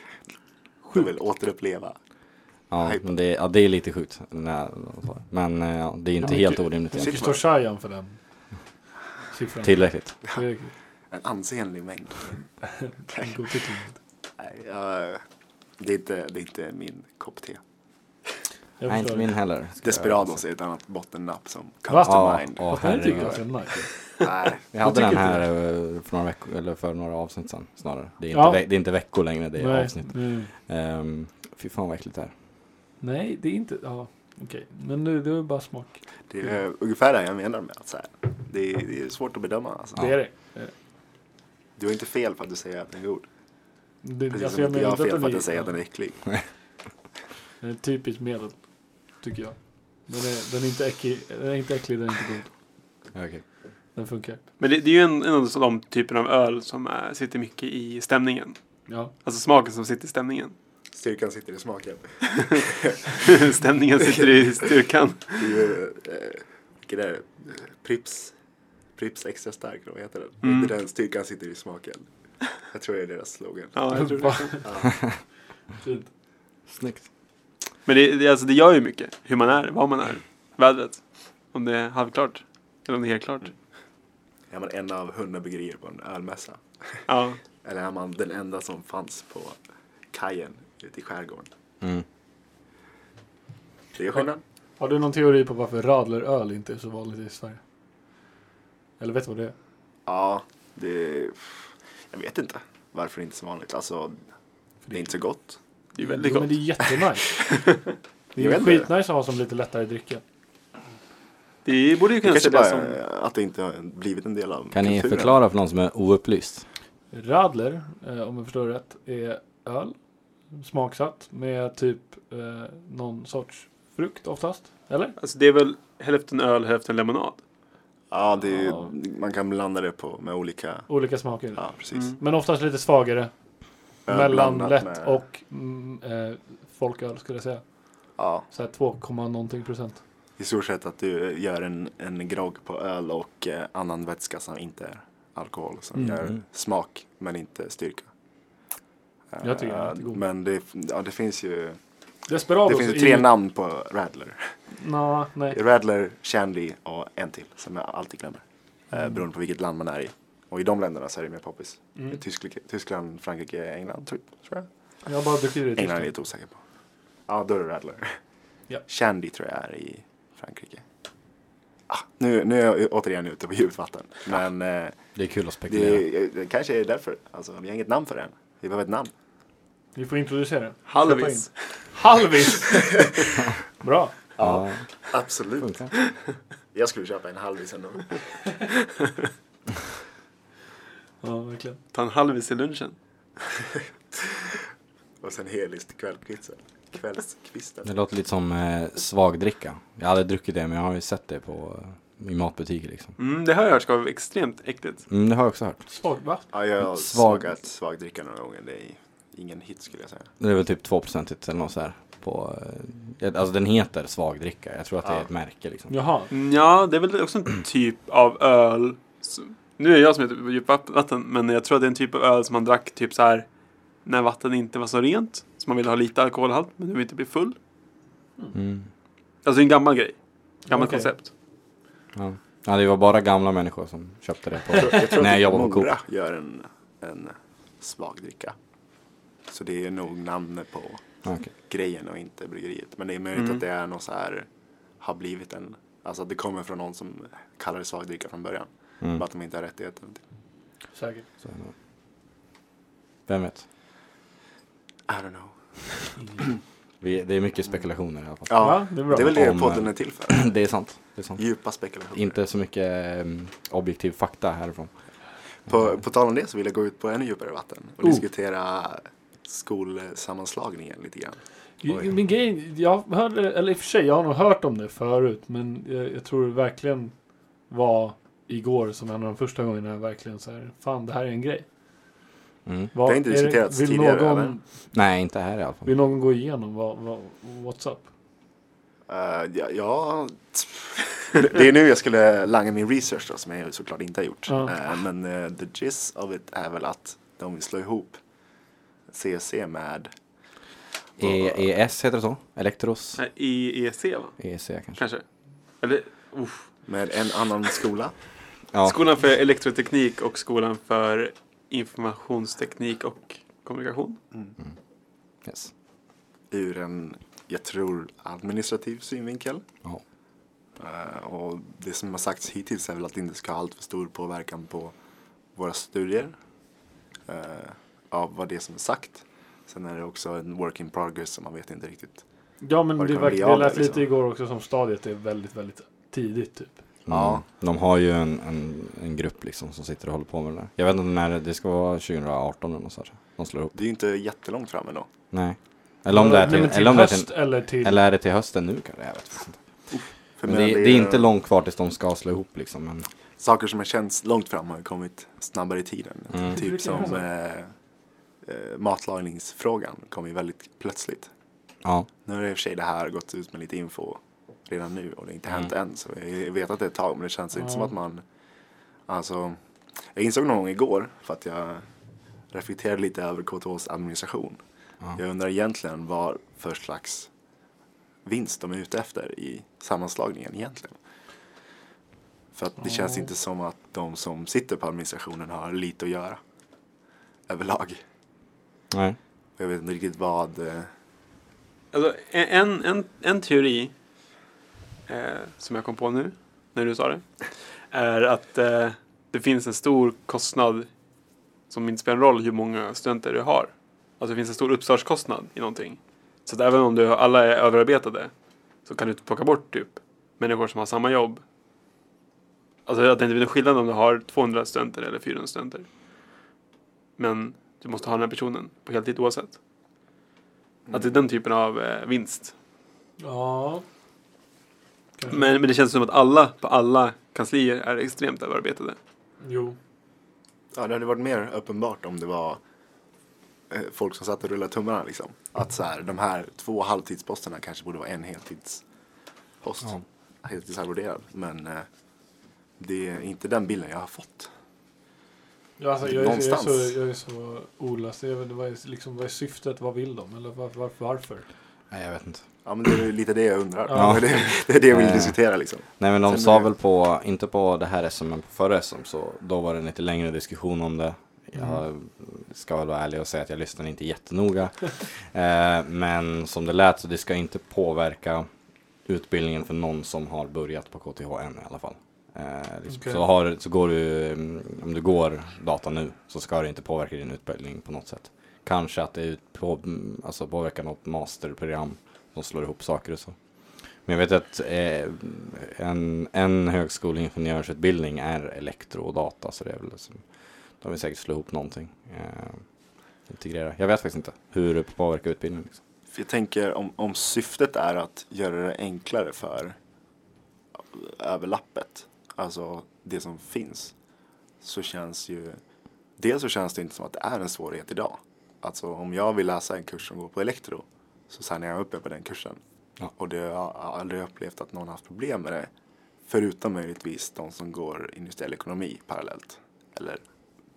Speaker 4: Jag vill återuppleva.
Speaker 3: Ja,
Speaker 4: Hype.
Speaker 3: men det, ja, det är lite sjukt. Nej, så. Men eh, ja, det är inte
Speaker 1: Ja,
Speaker 3: helt
Speaker 1: mycket-
Speaker 3: orimligt
Speaker 1: Hur
Speaker 3: egentligen.
Speaker 1: står Shayan för den siffran?
Speaker 3: Tillräckligt.
Speaker 1: Det är
Speaker 4: En ansenlig mängd.
Speaker 1: en god titel.
Speaker 4: Nej, jag- det, är inte, det är inte min kopp te.
Speaker 1: Jag
Speaker 3: Nej, inte
Speaker 1: förstår
Speaker 3: min
Speaker 1: det.
Speaker 3: heller. ska jag
Speaker 4: Desperados
Speaker 3: säga.
Speaker 4: är ett annat bottennapp som
Speaker 1: Va?
Speaker 4: comes to mind.
Speaker 3: Ja, åh,
Speaker 1: Fast den tycker jag
Speaker 3: herregud.
Speaker 1: är ganska nice.
Speaker 4: Nej,
Speaker 3: Vi hade
Speaker 1: tycker
Speaker 3: den här eh, för några, veckor, eller för några avsnitt sedan snarare. Det är inte,
Speaker 1: Ja.
Speaker 3: ve- det är inte veckor längre, det är
Speaker 1: Nej,
Speaker 3: avsnitt.
Speaker 1: mm.
Speaker 3: Um, fy fan vad äckligt det här.
Speaker 1: Nej, det är inte... Ja, okej. Men nu, det är bara smak.
Speaker 4: det är ungefär det jag menar med att så här, det, är, det är svårt att bedöma. Alltså.
Speaker 1: Det är det. Det är det.
Speaker 4: Du har inte fel för att du säger att den är god.
Speaker 1: Det,
Speaker 4: Precis
Speaker 1: alltså,
Speaker 4: som inte jag har
Speaker 1: menar
Speaker 4: fel för att
Speaker 1: är-
Speaker 4: jag säger att den är äcklig.
Speaker 1: Den är typiskt medel, tycker jag. Den är, den är, inte, äcklig, den är inte äcklig, den är inte god.
Speaker 3: Okej.
Speaker 1: Den funkar.
Speaker 5: Men det, det är ju en, en av de typen av öl som är, sitter mycket i stämningen.
Speaker 1: Ja.
Speaker 5: Alltså smaken som sitter i stämningen.
Speaker 4: Styrkan sitter i smaken.
Speaker 5: stämningen sitter i styrkan.
Speaker 4: Det är ju, eh, vilken är det? Eh, Prips, Prips extra stark, vad heter den?
Speaker 5: Mm.
Speaker 4: Det är den styrkan sitter i smaken. Jag tror det är deras slogan.
Speaker 5: Ja, jag tror det.
Speaker 1: Va? Fint.
Speaker 3: Snyggt.
Speaker 5: Men det, det, alltså, det gör ju mycket. Hur man är, vad man är. Vädret. Om det är halvklart. Eller om det är helt klart.
Speaker 4: Är man en av hundra bryggerier på en ölmässa?
Speaker 5: Ja.
Speaker 4: Eller är man den enda som fanns på kajen ute i skärgården?
Speaker 3: Mm.
Speaker 4: Det är skillnad.
Speaker 1: Har du någon teori på varför radleröl inte är så vanligt i Sverige? Eller vet du vad det är?
Speaker 4: Ja, det... Jag vet inte varför det inte är så vanligt. Alltså, det är inte så gott.
Speaker 5: Det är väldigt
Speaker 1: Jo, men
Speaker 5: gott.
Speaker 1: det är jättenice. det
Speaker 4: Jag
Speaker 1: är
Speaker 4: vet inte.
Speaker 1: skitnice att ha som lite lättare dricka.
Speaker 5: Det borde ju
Speaker 4: Det
Speaker 5: kunna
Speaker 4: kanske
Speaker 5: säljas
Speaker 4: bara
Speaker 5: som...
Speaker 4: är att det inte har blivit en del av
Speaker 3: Kan ni
Speaker 4: kulturen.
Speaker 3: förklara för någon som är oupplyst?
Speaker 1: Radler, eh, om jag förstår det rätt, är öl. Smaksatt med typ eh, någon sorts frukt oftast. Eller?
Speaker 5: Alltså det är väl hälften öl, hälften lemonad.
Speaker 4: Ja, det är ju,
Speaker 1: Ja.
Speaker 4: man kan blanda det på med olika...
Speaker 1: Olika smaker.
Speaker 4: Ja, precis.
Speaker 5: Mm.
Speaker 1: Men oftast lite svagare.
Speaker 4: Öl
Speaker 1: mellan
Speaker 4: blandat
Speaker 1: lätt
Speaker 4: med-
Speaker 1: och mm, eh, folköl skulle jag säga.
Speaker 4: Ja,
Speaker 1: Så här 2, komma någonting procent.
Speaker 4: I stort sett att du eh, gör en, en grogg på öl och eh, annan vätska som inte är alkohol. Som
Speaker 1: Mm.
Speaker 4: gör smak men inte styrka.
Speaker 1: Jag tycker den är
Speaker 4: Eh,
Speaker 1: jättegod.
Speaker 4: Men det, ja, det finns ju, det
Speaker 1: Desperados.
Speaker 4: finns ju
Speaker 1: är
Speaker 4: tre namn på Radler.
Speaker 1: Nå, nej.
Speaker 4: Radler, Shandy och en till som jag alltid glömmer. Eh, beroende på vilket land man är i. Och i de länderna så är det mer poppis.
Speaker 1: Mm.
Speaker 4: Tyskland, Tyskland, Frankrike, England typ, tror jag.
Speaker 1: Jag har bara druckit det i
Speaker 4: England är jag
Speaker 1: Tyskland.
Speaker 4: lite osäker på. Ja, då är det Radler.
Speaker 1: Ja.
Speaker 4: Shandy tror jag är i Frankrike. Ah, nu, nu är jag återigen ute på djupt vatten. Men eh,
Speaker 3: Det är kul att spekulera.
Speaker 4: det, är- det kanske är därför. Alltså, vi har inget namn för den. Vi behöver ett namn.
Speaker 1: Vi får introducera den.
Speaker 5: Halvis.
Speaker 1: Köpa in. Halvis! Bra.
Speaker 3: ja.
Speaker 4: Absolut.
Speaker 3: funkar.
Speaker 4: Jag skulle köpa en halvis ändå.
Speaker 1: Ja, verkligen.
Speaker 5: Ta en halvis i lunchen.
Speaker 4: Och sen Helis till kvällskvisten. Kvällskvisten.
Speaker 3: Det låter lite som eh, svagdricka. Jag har aldrig druckit det men jag har ju sett det på, eh, i matbutiker liksom.
Speaker 5: Mm, det har jag hört ska vara extremt äckligt.
Speaker 3: Mm, det har jag också hört.
Speaker 1: Svag, va?
Speaker 4: Ja, jag har
Speaker 3: Svag-
Speaker 4: smakat svagdricka några gånger. Det är ingen hit skulle jag säga.
Speaker 3: Det är väl typ 2% eller något så här. På, eh, alltså den heter svagdricka. Jag tror att det
Speaker 4: Ja.
Speaker 3: är ett märke liksom.
Speaker 1: Jaha.
Speaker 5: Ja, det är väl också en typ av öl. Så- Nu är jag som är på djupvatten, men jag tror att det är en typ av öl som man drack typ så här när vattnet inte var så rent. Så man ville ha lite alkoholhalt, men du vill inte bli full.
Speaker 3: Mm.
Speaker 5: Alltså det är en gammal grej. Gammalt
Speaker 1: Okej.
Speaker 5: koncept.
Speaker 3: Ja. ja, det var bara gamla människor som köpte det på.
Speaker 4: Jag tror
Speaker 3: Nej, jag
Speaker 4: att
Speaker 3: jobbar på
Speaker 4: Mora gör en, en svagdricka. Så det är nog namnet på
Speaker 3: Ja, okej.
Speaker 4: grejen och inte bryggeriet. Men det är möjligt
Speaker 5: Mm.
Speaker 4: att det är något så här, har blivit en, alltså att det kommer från någon som kallar det svagdricka från början.
Speaker 3: Mm.
Speaker 4: Bara att de inte har rättigheten. Typ.
Speaker 1: Säkert.
Speaker 3: Så är det nog. Vem vet?
Speaker 4: I don't know.
Speaker 3: Vi, det är mycket spekulationer i alla fall.
Speaker 1: Ja,
Speaker 4: Ja,
Speaker 1: det är bra.
Speaker 4: det är väl det
Speaker 3: Om-
Speaker 4: podden är till för.
Speaker 3: Det är sant. Det är sant.
Speaker 4: Djupa spekulationer.
Speaker 3: Inte så mycket mm, objektiv fakta härifrån.
Speaker 4: På, på tal om det så vill jag gå ut på ännu djupare vatten och
Speaker 1: Oh.
Speaker 4: diskutera skolsammanslagningen lite grann. Oj.
Speaker 1: Min grej, jag hörde, eller i och för sig, jag har nog hört om det förut. Men jag, jag tror det verkligen var igår som en av de första gångerna jag verkligen så här, fan det här är en grej.
Speaker 3: Mm.
Speaker 1: Vad-
Speaker 4: Det har inte
Speaker 1: är
Speaker 4: diskuterats
Speaker 1: vill
Speaker 4: tidigare,
Speaker 1: någon,
Speaker 4: eller?
Speaker 3: Nej, inte här i alla fall.
Speaker 1: Vill någon gå igenom vad, vad, what's up?
Speaker 4: Eh, ja, ja, det är nu jag skulle langa min research då, som jag ju såklart inte har gjort.
Speaker 1: Ja.
Speaker 4: Eh, men eh, the gist of it är väl att de vill slå ihop CC med
Speaker 3: E- EES heter det så? Elektros?
Speaker 5: Nej, IEC va?
Speaker 3: EEC kanske?
Speaker 5: Kanske. Eller, uff.
Speaker 4: med en annan skola.
Speaker 3: Ja.
Speaker 5: Skolan för elektroteknik och skolan för informationsteknik och kommunikation.
Speaker 3: Yes.
Speaker 4: Ur en, jag tror, administrativ synvinkel.
Speaker 3: Ja.
Speaker 4: Eh, och det som har sagts hittills är väl att det inte ska ha allt för stor påverkan på våra studier. eh, av vad det är som är sagt. Sen är det också en work in progress som man vet inte riktigt.
Speaker 1: Ja men
Speaker 4: Vad
Speaker 1: det,
Speaker 4: kan bli
Speaker 1: verkar, det
Speaker 4: av det,
Speaker 1: lät lite
Speaker 4: liksom?
Speaker 1: igår också som stadiet är väldigt, väldigt tidigt typ.
Speaker 4: Ja.
Speaker 3: Mm. De har ju en, en, en grupp liksom som sitter och håller på med det där. Jag vet inte när det, det ska vara 2018 eller något sånt. här. De slår ihop.
Speaker 4: Det är ju inte jättelångt fram ändå.
Speaker 3: Nej. Eller om det är
Speaker 1: Nej, men typ
Speaker 3: till, eller om det är
Speaker 1: höst
Speaker 3: till,
Speaker 1: eller till...
Speaker 3: eller är det till hösten nu kanske? Jag vet faktiskt inte.
Speaker 4: För
Speaker 3: Men
Speaker 4: jag
Speaker 3: det,
Speaker 4: menar,
Speaker 3: det är inte långt kvar tills de ska slå ihop liksom. Men
Speaker 4: Saker som har känts långt fram har ju kommit snabbare i tiden.
Speaker 3: Mm.
Speaker 1: Det brukar
Speaker 4: Typ som
Speaker 1: vara
Speaker 4: eh, eh, matlagningsfrågan kom ju väldigt plötsligt.
Speaker 3: ja.
Speaker 4: Nu har i och för sig det här gått ut med lite info redan nu och det har inte hänt än. Så jag vet att det är ett tag men det känns inte som
Speaker 1: Ja.
Speaker 4: att man... Alltså, jag insåg någon gång igår för att jag reflekterade lite över KTHs administration.
Speaker 3: Ja.
Speaker 4: Jag undrar egentligen vad för slags vinst de är ute efter i sammanslagningen egentligen. För att det känns inte som att de som sitter på administrationen har lite att göra. Överlag.
Speaker 3: Nej.
Speaker 4: Och Jag vet inte riktigt vad... eh,
Speaker 5: Alltså, en, en, en teori eh, som jag kom på nu, när du sa det, är att eh, det finns en stor kostnad som inte spelar någon roll hur många studenter du har. Alltså det finns en stor uppstartskostnad i någonting. Så att även om du, alla är överarbetade så kan du inte plocka bort typ människor som har samma jobb. Alltså att det inte blir någon skillnad om du har 200 studenter eller 400 studenter. Men du måste ha den här personen på heltid oavsett. Att det är den typen av eh, vinst.
Speaker 1: Ja. Kanske.
Speaker 5: Men, men det känns som att alla på alla kanslier är extremt överarbetade.
Speaker 1: Jo.
Speaker 4: Ja, det hade varit mer uppenbart om det var eh, folk som satt och rullade tummarna liksom. Att så här, de här två halvtidsposterna kanske borde vara en heltidspost.
Speaker 3: Ja.
Speaker 4: helt desarvoderad. Men eh, det är inte den bilden jag har fått.
Speaker 1: Ja, alltså, jag, är, jag, är
Speaker 4: Någonstans.
Speaker 1: så, jag är så oläst. Jag vet, inte, vad, är, liksom, vad är syftet? Vad vill de? Eller var, var, varför?
Speaker 3: Nej, jag vet inte.
Speaker 4: Ja, men det är ju lite det jag undrar.
Speaker 1: Ja.
Speaker 4: Det, är- det är det jag vill
Speaker 3: Eh.
Speaker 4: diskutera liksom.
Speaker 3: Nej men de
Speaker 4: Sen
Speaker 3: sa
Speaker 4: är-
Speaker 3: väl på, inte på det här SM men på förra SM så då var det en lite längre diskussion om det. Jag
Speaker 1: Mm.
Speaker 3: ska väl vara ärlig och säga att jag lyssnade inte jättenoga. eh, men som det lät så det ska inte påverka utbildningen för någon som har börjat på KTH än i alla fall. Eh, liksom,
Speaker 1: Okej.
Speaker 3: så, har, så går du, mm, om du går data nu så ska det inte påverka din utbildning på något sätt. Kanske att det ut- på, mm, alltså påverkar något masterprogram som slår ihop saker och så. Men jag vet att eh, en, en högskoleingenjörsutbildning är elektro och data så det är väl liksom, de vill säkert slå ihop någonting. Eh, integrera. Jag vet faktiskt inte hur det påverkar utbildningen. Liksom.
Speaker 4: För jag tänker om, om syftet är att göra det enklare för överlappet, alltså det som finns, så känns ju... Dels så känns det inte som att det är en svårighet idag. Alltså om jag vill läsa en kurs som går på elektro så signar jag upp mig på den kursen.
Speaker 3: Ja.
Speaker 4: Och det har jag aldrig upplevt att någon har haft problem med det. Förutom möjligtvis de som går industriell ekonomi parallellt. Eller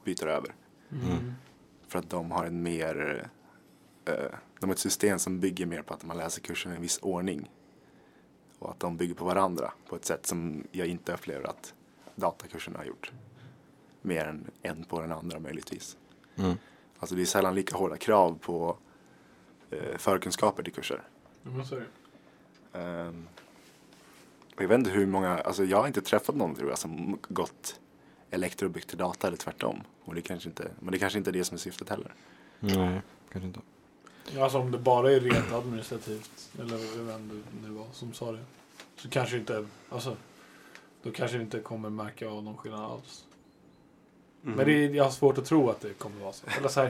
Speaker 4: byter över.
Speaker 3: Mm.
Speaker 4: För att de har en mer... eh, de har ett system som bygger mer på att man läser kursen i en viss ordning. Och att de bygger på varandra på ett sätt som jag inte upplever att datakurserna har gjort. Mer än en på den andra möjligtvis.
Speaker 3: Mm.
Speaker 4: Alltså det är sällan lika hårda krav på eh, förkunskaper till kurser. Ehm, och jag vet inte hur många, alltså jag har inte träffat någon tror jag som gått elektro och byggt till data eller tvärtom. Och det kanske inte, men det kanske inte är det som är syftet heller.
Speaker 3: Nej, kanske inte.
Speaker 1: Ja, Alltså om det bara är rent administrativt, eller vem det nu var som sa det, så kanske inte, alltså, då kanske vi inte kommer märka av någon skillnad alls. Mm.
Speaker 4: Mm.
Speaker 1: Men det, är- jag har svårt att tro att det kommer vara så. Eller så här,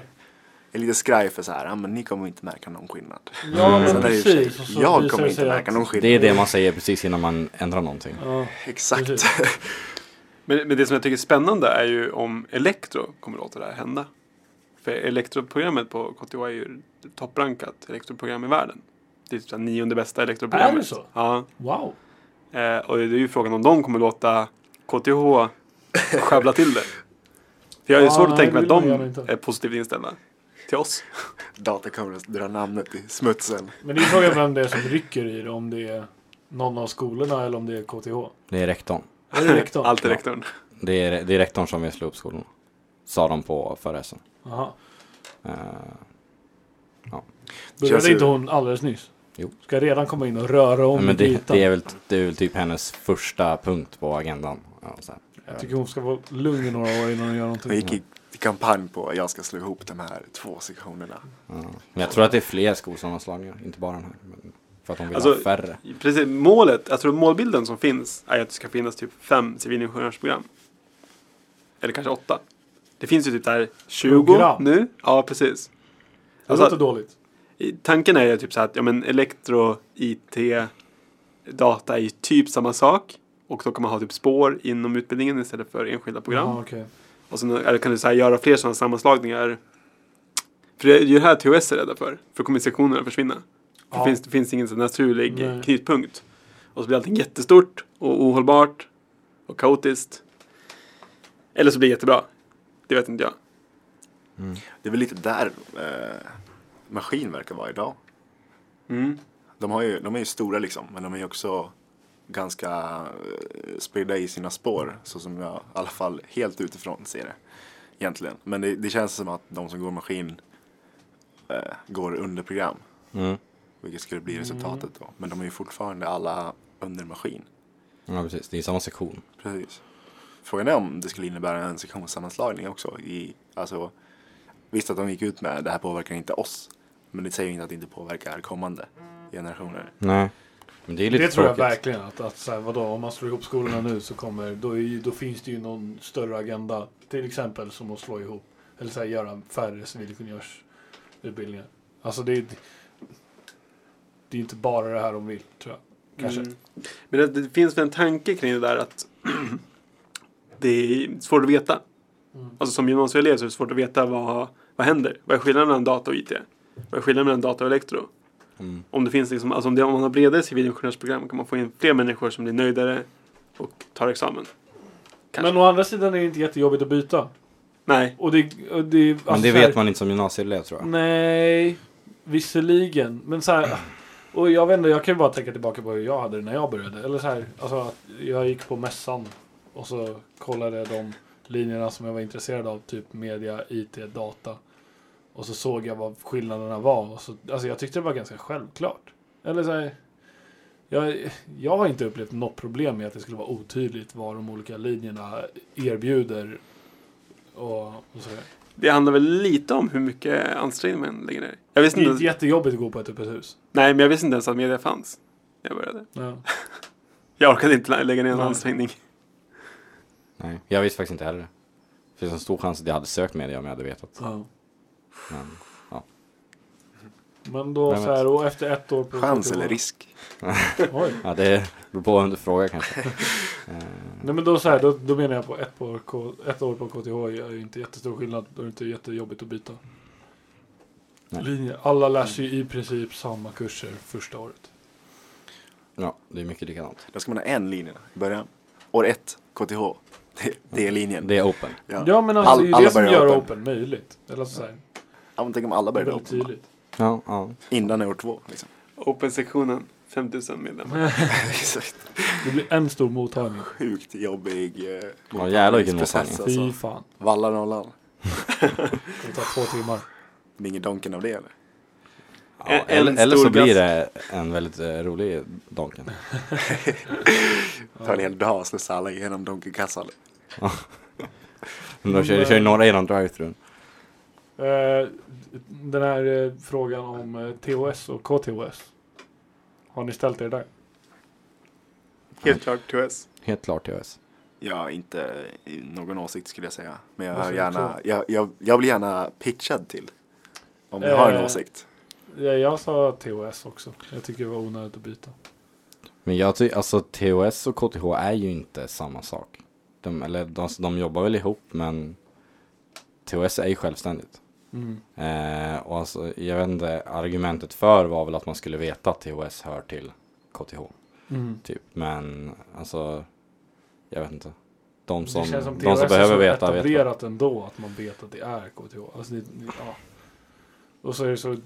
Speaker 4: Jag är lite skraj för så här, "Ah, men ni kommer inte märka någon skillnad.
Speaker 1: ja
Speaker 4: Mm. Sen
Speaker 1: men
Speaker 4: är det i och för sig,
Speaker 1: precis. och så
Speaker 4: jag
Speaker 1: visar
Speaker 4: kommer
Speaker 1: det
Speaker 4: inte
Speaker 1: sig
Speaker 4: märka
Speaker 1: att-
Speaker 4: någon skillnad.
Speaker 3: Det är det man säger precis innan man ändrar någonting.
Speaker 1: Ja,
Speaker 4: Exakt.
Speaker 1: precis.
Speaker 5: Men, men det som jag tycker är spännande är ju om Elektro kommer låta det här hända. För Elektroprogrammet på KTH är ju topprankat Elektroprogram i världen. Det är typ så här nionde bästa Elektroprogrammet.
Speaker 1: Är det så?
Speaker 5: Ja.
Speaker 1: Wow.
Speaker 5: Eh, och det är ju frågan om de kommer låta KTH sjabbla till det. För jag är
Speaker 1: Ja,
Speaker 5: svårt
Speaker 1: nej,
Speaker 5: att tänka mig att
Speaker 1: det vill man
Speaker 5: de
Speaker 1: gärna inte.
Speaker 5: är positivt inställda till oss.
Speaker 4: Data kommer att dra namnet i smutsen.
Speaker 1: Men det är frågan vem det är som rycker i det, om det är någon av skolorna eller om det är KTH.
Speaker 3: Det är rektorn.
Speaker 1: Är det rektorn?
Speaker 5: Allt är
Speaker 3: Ja.
Speaker 5: rektorn.
Speaker 3: Det är, det är rektorn som vill slå upp skolorna. Sa de på förra SM.
Speaker 1: Jaha.
Speaker 3: Eh,
Speaker 1: Började
Speaker 4: Känns ju-
Speaker 1: inte hon alldeles nyss?
Speaker 3: Jo.
Speaker 1: Ska redan komma in och röra om
Speaker 3: Nej, men
Speaker 1: i
Speaker 3: det,
Speaker 1: grytan.
Speaker 3: det, är väl, det är väl typ hennes första punkt på agendan. Ja, så här.
Speaker 1: Jag tycker hon ska vara lugn i några år innan hon gör någonting.
Speaker 4: Jag gick i i kampanj på att jag ska slå ihop de här två sektionerna.
Speaker 3: Ja. Men jag tror att det är fler skolsammanslagningar, inte bara den här. Men för att de vill
Speaker 5: Alltså-
Speaker 3: ha färre.
Speaker 5: Precis, målet, jag tror målbilden som finns är att det ska finnas typ fem civilingenjörsprogram. Eller kanske åtta. Det finns ju typ där 20
Speaker 1: Program.
Speaker 5: nu. Ja, precis.
Speaker 1: Det
Speaker 5: Alltså-
Speaker 1: låter dåligt.
Speaker 5: I- Tanken är ju typ så här att ja, men elektro, IT, data är ju typ samma sak. Och då kan man ha typ spår inom utbildningen istället för enskilda program.
Speaker 1: Ja, okej.
Speaker 5: Och sen eller kan du så här göra fler sådana sammanslagningar. För det är ju det här THS är rädda för. För då kommer sektionerna att försvinna.
Speaker 1: Ja.
Speaker 5: Det, finns, det finns ingen så här naturlig
Speaker 1: Nej.
Speaker 5: knutpunkt. Och så blir allting jättestort och ohållbart och kaotiskt. Eller så blir det jättebra. Det vet inte jag.
Speaker 4: Det är väl lite där eh, maskin verkar vara idag.
Speaker 5: Mm.
Speaker 4: De, har ju, de är ju stora liksom, men de är ju också ganska eh, spridda i sina spår. Så som jag i alla fall helt utifrån ser det. Egentligen. Men det, det känns som att de som går maskin eh, går under program.
Speaker 3: Mm.
Speaker 4: Vilket skulle bli resultatet då. Men de är ju fortfarande alla under maskin.
Speaker 3: Ja, precis. Det är samma sektion.
Speaker 4: Precis. Frågan är om det skulle innebära en sektionssammanslagning också. I, alltså, visst att de gick ut med det här påverkar inte oss. Men det säger ju inte att det inte påverkar kommande generationer.
Speaker 3: Nej. Men det är lite
Speaker 1: Det tror jag
Speaker 3: tråkigt.
Speaker 1: verkligen. Att, att så här, vadå, om man slår ihop skolorna nu så kommer, då, är, ju- då finns det ju någon större agenda. Till exempel som att slå ihop, eller så här, göra färre civilingenjörsutbildningar. Alltså det är, det är inte bara det här de vill, tror jag. Kanske.
Speaker 5: Mm. Men det, det finns väl en tanke kring det där att det är svårt att veta.
Speaker 1: Mm.
Speaker 5: Alltså som gymnasieelev så är det svårt att veta vad, vad händer. Vad är skillnaden mellan data och IT? Vad är skillnaden mellan data och elektro?
Speaker 3: Mm.
Speaker 5: Om, det finns liksom, alltså om, det, om man har bredare civilingenjörsprogram kan man få in fler människor som blir nöjdare och tar examen. Kanske.
Speaker 1: Men å andra sidan är det inte jättejobbigt att byta.
Speaker 5: Nej,
Speaker 1: Och det, alltså och det,
Speaker 3: Men det vet man inte som gymnasieelev tror jag.
Speaker 1: Nej, visserligen. Men så här, och jag vet inte, jag kan ju bara tänka tillbaka på hur jag hade det när jag började. Eller så här, alltså att jag gick på mässan och så kollade jag de linjerna som jag var intresserad av, typ media, IT, data. Och så såg jag vad skillnaderna var. Och så, alltså jag tyckte det var ganska självklart. Eller så här, jag, jag har inte upplevt något problem med att det skulle vara otydligt vad de olika linjerna erbjuder. Och, och så där.
Speaker 5: det handlar väl lite om hur mycket ansträngning man lägger ner.
Speaker 1: Det
Speaker 5: Jag visste
Speaker 1: är
Speaker 5: inte,
Speaker 1: inte
Speaker 5: ens-
Speaker 1: jättejobbigt att gå på ett öppet hus.
Speaker 5: nej, men jag visste inte ens att media fanns när jag började.
Speaker 1: Ja.
Speaker 5: Jag orkade inte lä- lägga ner en
Speaker 1: Nej.
Speaker 5: ansträngning.
Speaker 3: Nej, jag visste faktiskt inte heller. Det finns en stor chans att jag hade sökt media om jag hade vetat. Men,
Speaker 1: Men då
Speaker 3: Vem
Speaker 1: så här, och efter ett år på
Speaker 4: Chans
Speaker 1: KTH
Speaker 4: eller risk?
Speaker 1: Oj.
Speaker 3: ja, det beror på vem du frågar kanske.
Speaker 1: Nej men då så här, då, då menar jag på ett år, K- ett år på KTH är ju inte jättestor skillnad. Då är det inte jättejobbigt att byta.
Speaker 3: Nej.
Speaker 1: Linje. Alla lär sig ju i princip samma kurser första året.
Speaker 3: Ja, det är mycket likadant.
Speaker 4: Då ska man ha en linje i början. År ett, KTH. Det, det är linjen.
Speaker 3: Det är open.
Speaker 4: Ja.
Speaker 1: Mm. Ja men alltså,
Speaker 4: All-
Speaker 1: det är ju
Speaker 4: alla
Speaker 1: det som
Speaker 4: börjar
Speaker 1: gör
Speaker 4: open.
Speaker 1: open möjligt. Eller alltså, så här,
Speaker 4: Ja, men tänk om alla
Speaker 1: det är
Speaker 4: började
Speaker 1: väldigt
Speaker 4: open.
Speaker 1: tydligt.
Speaker 3: Ja, ja.
Speaker 4: Innan år två. Liksom.
Speaker 5: Open-sektionen, 5000 medlemmar.
Speaker 4: Exakt.
Speaker 1: Det blir en stor mottagning.
Speaker 4: Sjukt jobbig eh,
Speaker 3: Ja, jävlar vilken
Speaker 4: mottagningsprocess,
Speaker 3: mottagning.
Speaker 1: Fy
Speaker 4: Alltså.
Speaker 1: fan.
Speaker 4: Valla nollan.
Speaker 1: Det tar två timmar.
Speaker 4: Det blir ingen donken av det eller?
Speaker 3: ja
Speaker 5: En- en
Speaker 3: eller, eller
Speaker 5: stor
Speaker 3: så blir
Speaker 5: glass.
Speaker 3: det en väldigt eh, rolig Donken.
Speaker 4: Ta en hel dag och slussa alla igenom donkenkassan.
Speaker 3: Men då kör, kör några genom drive-thrun.
Speaker 1: Eh, den här eh, frågan om eh, THS och KTHS. Har ni ställt er där?
Speaker 5: Helt klart 2S.
Speaker 3: Helt klart TOS.
Speaker 4: Jag har inte eh, någon åsikt skulle jag säga. Men jag,
Speaker 1: Vad
Speaker 4: har
Speaker 1: säger du
Speaker 4: gärna, jag, jag, jag blir gärna pitchad till. Om jag har en
Speaker 1: Eh.
Speaker 4: åsikt.
Speaker 1: Ja, jag sa THS också. Jag tycker det var onödigt att byta.
Speaker 3: Men jag tycker, alltså TOS och KTH är ju inte samma sak. De, eller de, alltså, de jobbar väl ihop men TOS är ju självständigt.
Speaker 1: Mm.
Speaker 3: Eh, och alltså, jag vet inte, argumentet för var väl att man skulle veta att THS hör till KTH.
Speaker 1: Mm.
Speaker 3: Typ. Men alltså, jag vet inte. De som,
Speaker 1: det känns som
Speaker 3: de
Speaker 1: THS
Speaker 3: som
Speaker 1: är
Speaker 3: behöver
Speaker 1: så
Speaker 3: veta, vet. vad-
Speaker 1: etablerat ändå att man vet att det är KTH. Alltså, det, det, ja. Och så är det så.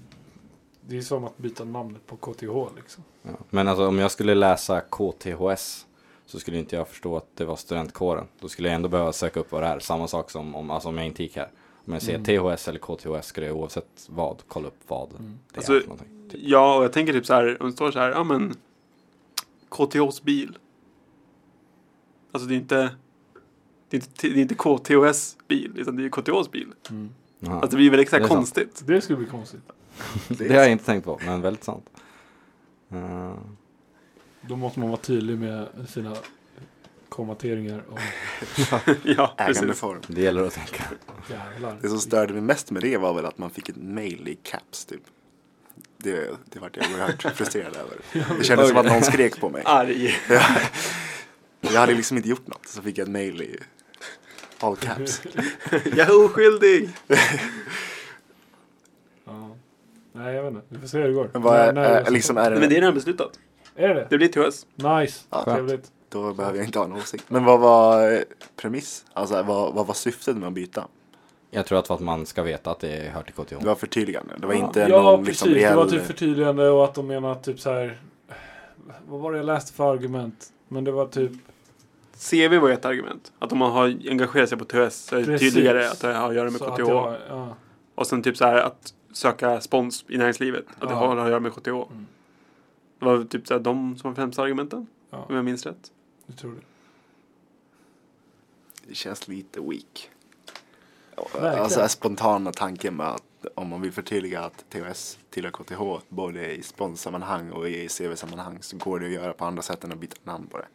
Speaker 1: Det är som att byta namnet på KTH liksom.
Speaker 3: Ja. Men alltså om jag skulle läsa KTHS så skulle inte jag förstå att det var studentkåren. Då skulle jag ändå behöva söka upp vad det är. Samma sak som om, alltså om jag inte gick här. Om jag ser THS eller KTHS skulle jag oavsett vad kolla upp vad
Speaker 1: Mm.
Speaker 3: det
Speaker 5: Alltså,
Speaker 3: är för någonting. Typ.
Speaker 5: Ja, och jag tänker typ så här, om det står så här, ja men KTHs bil. Alltså det är inte, det är inte, det är inte KTHs bil, utan det är ju KTHs bil.
Speaker 1: Mm.
Speaker 3: Jaha.
Speaker 5: Alltså det blir väldigt så här
Speaker 3: Det är sant.
Speaker 5: konstigt.
Speaker 1: Det skulle bli konstigt.
Speaker 3: det har jag inte tänkt på, men väldigt sant. Eh,
Speaker 1: Då måste man vara tydlig med sina kommateringar och
Speaker 5: ja, precis.
Speaker 4: Ägandeform.
Speaker 3: det gäller att tänka.
Speaker 1: jävlar.
Speaker 4: Det som störde mig mest med det var väl att man fick ett mail i caps typ. Det, det vart jag oerhört frustrerad över. Det kändes som att någon skrek på mig.
Speaker 5: Arg.
Speaker 4: Jag hade liksom inte gjort något så fick jag ett mail i all caps.
Speaker 5: Jag är oskyldig.
Speaker 1: Ja. Nej jag vet inte. Vi får se hur det går.
Speaker 4: Men vad är,
Speaker 1: När- när
Speaker 4: är, liksom är
Speaker 5: Nej, men
Speaker 4: det,
Speaker 5: det är redan beslutat.
Speaker 1: Är det?
Speaker 5: Det blir THS.
Speaker 1: Nice.
Speaker 4: Ja,
Speaker 3: skönt.
Speaker 1: Trevligt.
Speaker 4: då behöver jag inte ha en åsikt. Men vad var eh, premiss? Alltså vad, vad var syftet med att byta?
Speaker 3: Jag tror att för att man ska veta att det hör till KTH.
Speaker 4: Det var förtydligande. Det var inte
Speaker 1: Ja
Speaker 4: någon
Speaker 1: precis,
Speaker 4: liksom
Speaker 1: det var
Speaker 4: reell...
Speaker 1: typ förtydligande och att de menar typ så här. Vad var det jag läste för argument? Men det var typ
Speaker 5: CV var ju ett argument. Att om man har engagerat sig på THS så är det
Speaker 1: Precis.
Speaker 5: tydligare att det har att göra med
Speaker 1: så
Speaker 5: KTH.
Speaker 1: att jag, ja.
Speaker 5: Och sen typ så här att söka spons i näringslivet. Att
Speaker 1: Ja.
Speaker 5: det har att göra med KTH.
Speaker 1: Mm.
Speaker 5: Det var typ så här de som var främsta argumenten.
Speaker 1: Ja.
Speaker 5: Om jag minns rätt.
Speaker 1: Jag tror det.
Speaker 4: Det känns lite weak.
Speaker 1: Verkligen.
Speaker 4: Alltså spontana tanken med att om man vill förtydliga att THS tillhör KTH både i sponssammanhang och i CV-sammanhang så går det att göra på andra sätt än att byta namn på det.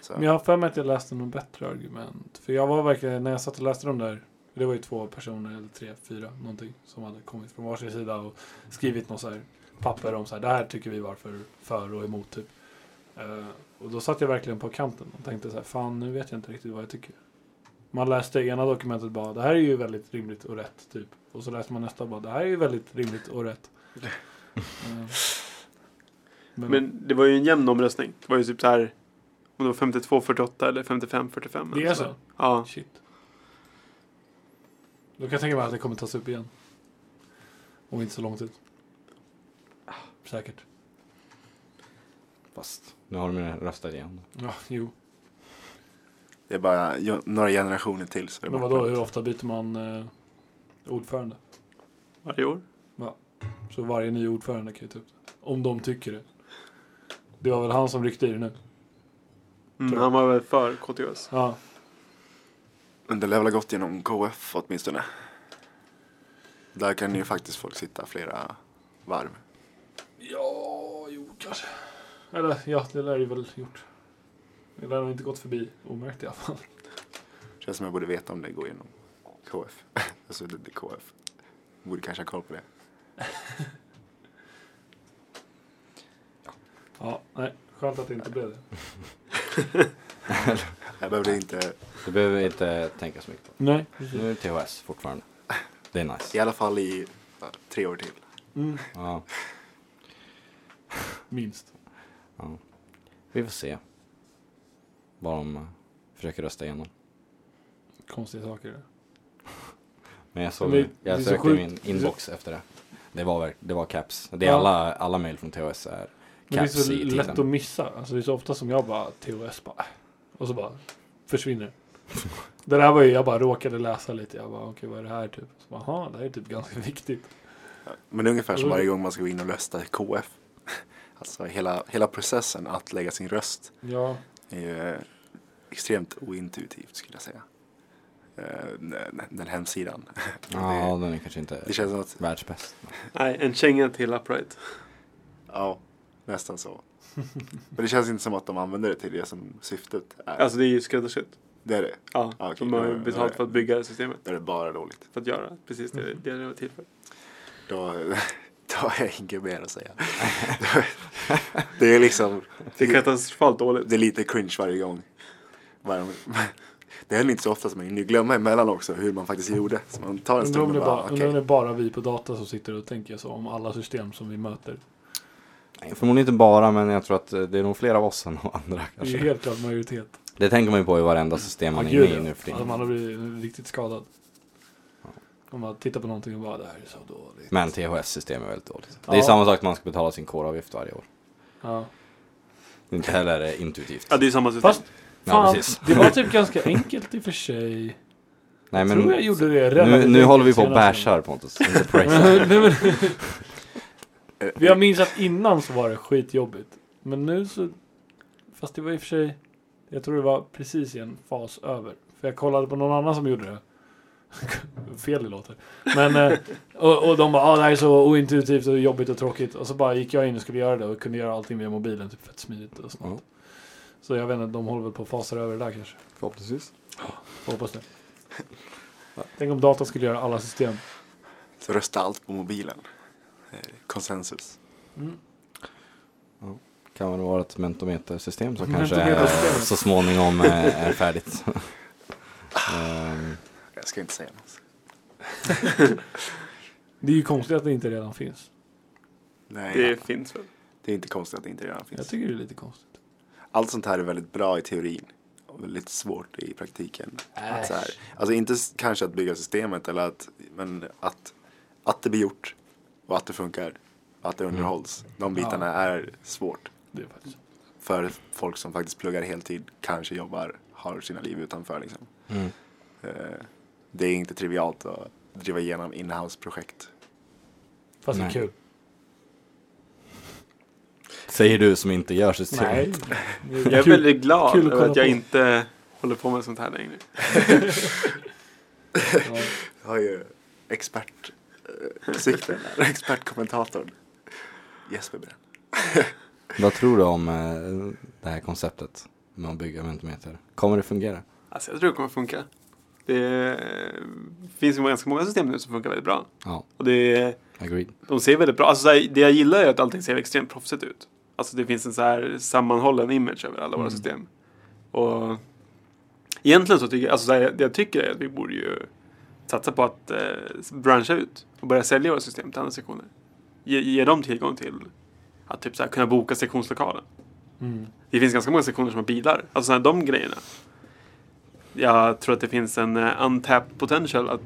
Speaker 4: Så,
Speaker 1: Men jag har för mig att jag läste något bättre argument. För jag var verkligen, när jag satt och läste de där. Det var ju två personer, eller tre, fyra någonting. Som hade kommit från varsin sida och skrivit något så här papper om så här. Det här tycker vi var för, för och emot typ. Eh, och då satt jag verkligen på kanten och tänkte så här. Fan nu vet jag inte riktigt vad jag tycker. Man läste ena dokumentet bara. Det här är ju väldigt rimligt och rätt typ. Och så läste man nästa bara. Det här är ju väldigt rimligt och rätt. Men,
Speaker 5: Men det var ju en jämn omröstning. Det var ju typ så här om det var 52-48 eller 55-45.
Speaker 1: det
Speaker 5: eller
Speaker 1: är så?
Speaker 5: Ja.
Speaker 1: Shit. Då kan jag tänka mig att det kommer tas upp igen. Om inte så lång tid. Säkert.
Speaker 3: Fast nu har de ju röstat igen.
Speaker 1: Ja, jo.
Speaker 4: Det är bara jo- några generationer till. Så det är
Speaker 1: Men
Speaker 4: borta.
Speaker 1: vadå, hur ofta byter man eh, ordförande?
Speaker 5: Varje år.
Speaker 1: Så varje ny ordförande kan ju ta upp det. Om de tycker det. Det var väl han som ryckte i det nu?
Speaker 5: Mm, han var väl för KTUS.
Speaker 1: Ja.
Speaker 4: Men det lär väl ha gått genom KF åtminstone. Där kan ju faktiskt folk sitta flera varv.
Speaker 1: Ja, jo kanske. Eller ja, det lär ju väl gjort. Det lär nog inte gått förbi omärkt i alla fall.
Speaker 4: Känns som jag borde veta om det går genom KF. alltså det, det är KF. Borde kanske ha koll på det.
Speaker 1: Ja, nej. Skönt att det inte blev det.
Speaker 4: Jag behöver inte,
Speaker 3: Det behöver vi inte tänka så mycket på.
Speaker 1: Nej,
Speaker 3: Nu är det THS fortfarande. Det är
Speaker 4: i
Speaker 3: nice.
Speaker 4: alla fall i ja, tre år till.
Speaker 1: Mm.
Speaker 3: Ja,
Speaker 1: Minst.
Speaker 3: vi får se. Vad de eh, försöker rösta igenom.
Speaker 1: Konstiga saker. det.
Speaker 3: Men jag såg
Speaker 1: Men
Speaker 3: det.
Speaker 1: det är
Speaker 3: Jag
Speaker 1: så
Speaker 3: sökte i
Speaker 1: sjukt.
Speaker 3: min
Speaker 1: Det är så-
Speaker 3: inbox efter det. Det var, verk- det var caps. Det är
Speaker 1: Ja.
Speaker 3: alla, alla mejl från THS är
Speaker 1: Men det är
Speaker 3: caps
Speaker 1: så
Speaker 3: i
Speaker 1: lätt att
Speaker 3: titeln.
Speaker 1: missa. Alltså det är så ofta som jag bara TOS bara. äh. Och så bara försvinner det. där var ju, jag bara råkade läsa lite. Jag bara okej vad är det här typ? Så bara, Jaha, det här är typ ganska viktigt.
Speaker 4: Men det är ungefär som varje gång man ska gå in och rösta i KF. Alltså hela, hela processen att lägga sin röst
Speaker 1: Ja,
Speaker 4: är ju eh, extremt ointuitivt skulle jag säga. Eh, Den, den hemsidan.
Speaker 3: Ja, den är kanske
Speaker 4: Det
Speaker 3: inte
Speaker 4: känns som att,
Speaker 3: världsbäst.
Speaker 5: Nej, en känga till upright.
Speaker 4: ja, nästan så. Men det känns inte som att de använder det till det som syftet är.
Speaker 5: Alltså det är ju skräddarsytt.
Speaker 4: det är det.
Speaker 5: Ja,
Speaker 4: Ah, okej.
Speaker 5: de har
Speaker 4: Då-
Speaker 5: ju
Speaker 4: då
Speaker 5: betalt
Speaker 4: är-
Speaker 5: för att bygga det systemet.
Speaker 4: Då är det bara dåligt.
Speaker 5: För att göra precis det det, Mm. det var till för.
Speaker 4: Då, då har jag inget mer att säga. det är liksom,
Speaker 5: Det är katastrofalt dåligt.
Speaker 4: det är lite cringe varje gång. Varje, det händer inte så ofta som man hinner glömma emellan också hur man faktiskt gjorde. Så man tar en
Speaker 1: undrar om
Speaker 4: stund
Speaker 1: det
Speaker 4: och bara,
Speaker 1: bara,
Speaker 4: okej.
Speaker 1: undrar om det bara vi på data som sitter och tänker så om alla system som vi möter.
Speaker 3: Nej, Förmodligen inte bara, men jag tror att eh, det är nog fler av oss än av
Speaker 1: Det
Speaker 3: andra
Speaker 1: är ju
Speaker 3: kanske.
Speaker 1: helt klart majoritet.
Speaker 3: Det tänker man ju på i varenda system man
Speaker 1: Ja,
Speaker 3: är inne
Speaker 1: gud,
Speaker 3: i
Speaker 1: ja.
Speaker 3: nu för
Speaker 1: alltså, man har
Speaker 3: tiden.
Speaker 1: blivit riktigt skadad. Om man tittar på någonting och bara det här är så dåligt.
Speaker 3: Men THS-system är väldigt dåligt. Det
Speaker 1: Ja.
Speaker 3: är samma sak att man ska betala sin kåravgift varje år.
Speaker 1: Ja.
Speaker 3: Inte heller är det intuitivt.
Speaker 5: Ja, det är samma system.
Speaker 1: Fast
Speaker 3: Ja,
Speaker 1: fan,
Speaker 3: precis.
Speaker 1: det var typ ganska enkelt i och för sig.
Speaker 3: Nej,
Speaker 1: tror jag gjorde det
Speaker 3: nu,
Speaker 1: relativt
Speaker 3: nu håller vi
Speaker 1: enkelt
Speaker 3: på och
Speaker 1: senast.
Speaker 3: bashar Pontus. Inte praisar.
Speaker 1: Nej,
Speaker 4: Eh,
Speaker 1: men- Men jag minns att innan så var det skitjobbigt. Men nu så... Fast det var i och för sig... Jag tror det var precis i en fas över. För jag kollade på någon annan som gjorde det. Fel det låter. Men, eh, och, och de bara ah, det här är så ointuitivt och jobbigt och tråkigt. Och så bara gick jag in och skulle göra det och kunde göra allting via mobilen. Typ fett smidigt och sånt.
Speaker 3: Ja.
Speaker 1: Så jag vet inte, de håller väl på att fasa över det där kanske.
Speaker 3: Förhoppningsvis.
Speaker 1: Jag hoppas det. Tänk om data skulle göra alla system.
Speaker 4: Så rösta allt på mobilen. Eh, Konsensus.
Speaker 3: Kan väl vara ett mentometersystem som kanske eh,
Speaker 1: Mentometersystem.
Speaker 3: så småningom eh, är färdigt. Ehm,
Speaker 4: Jag ska inte säga något.
Speaker 1: Det är ju konstigt att det inte redan finns.
Speaker 4: Nej,
Speaker 5: Det finns väl.
Speaker 4: det är inte konstigt att det inte redan
Speaker 1: Jag
Speaker 4: finns.
Speaker 1: tycker det är lite konstigt.
Speaker 4: Allt sånt här är väldigt bra i teorin. Och väldigt svårt i praktiken. Att så här, alltså inte s- kanske att bygga systemet, eller att, men att, att det blir gjort och att det funkar. Och att det
Speaker 3: Mm.
Speaker 4: underhålls. De bitarna är svårt.
Speaker 1: Det är faktiskt.
Speaker 4: För folk som faktiskt pluggar heltid, kanske jobbar, har sina liv utanför. Liksom.
Speaker 3: Mm.
Speaker 4: Eh, Det är inte trivialt att driva igenom inhouse-projekt.
Speaker 1: Fast det är
Speaker 3: Nej.
Speaker 1: kul.
Speaker 3: säger du som inte gör system.
Speaker 1: Nej.
Speaker 5: Jag är väldigt glad
Speaker 1: kul att
Speaker 5: över
Speaker 1: kolla
Speaker 5: att jag
Speaker 1: på.
Speaker 5: inte håller på med sånt här längre.
Speaker 4: Jag har ju expert eh, sikten där, expertkommentatorn. Jesper Bränn.
Speaker 3: Vad tror du om eh, det här konceptet med att bygga mentometer? Kommer det fungera?
Speaker 5: Alltså jag tror det kommer funka. Det eh, finns ju ganska många system nu som funkar väldigt bra.
Speaker 3: Ja,
Speaker 5: Och det,
Speaker 3: agreed.
Speaker 5: de ser väldigt bra. Alltså så här, det jag gillar är att allting ser extremt proffsigt ut. Alltså det finns en så här sammanhållen image över alla våra system. Och egentligen så tycker jag, alltså så här, det jag tycker är att vi borde ju satsa på att eh, branscha ut och börja sälja våra system till andra sektioner. ge, ge dem tillgång till att typ så här, kunna boka sektionslokalen.
Speaker 1: Mm.
Speaker 5: Det finns ganska många sektioner som har bilar. Alltså så här, de grejerna. Jag tror att det finns en eh, untapped potential att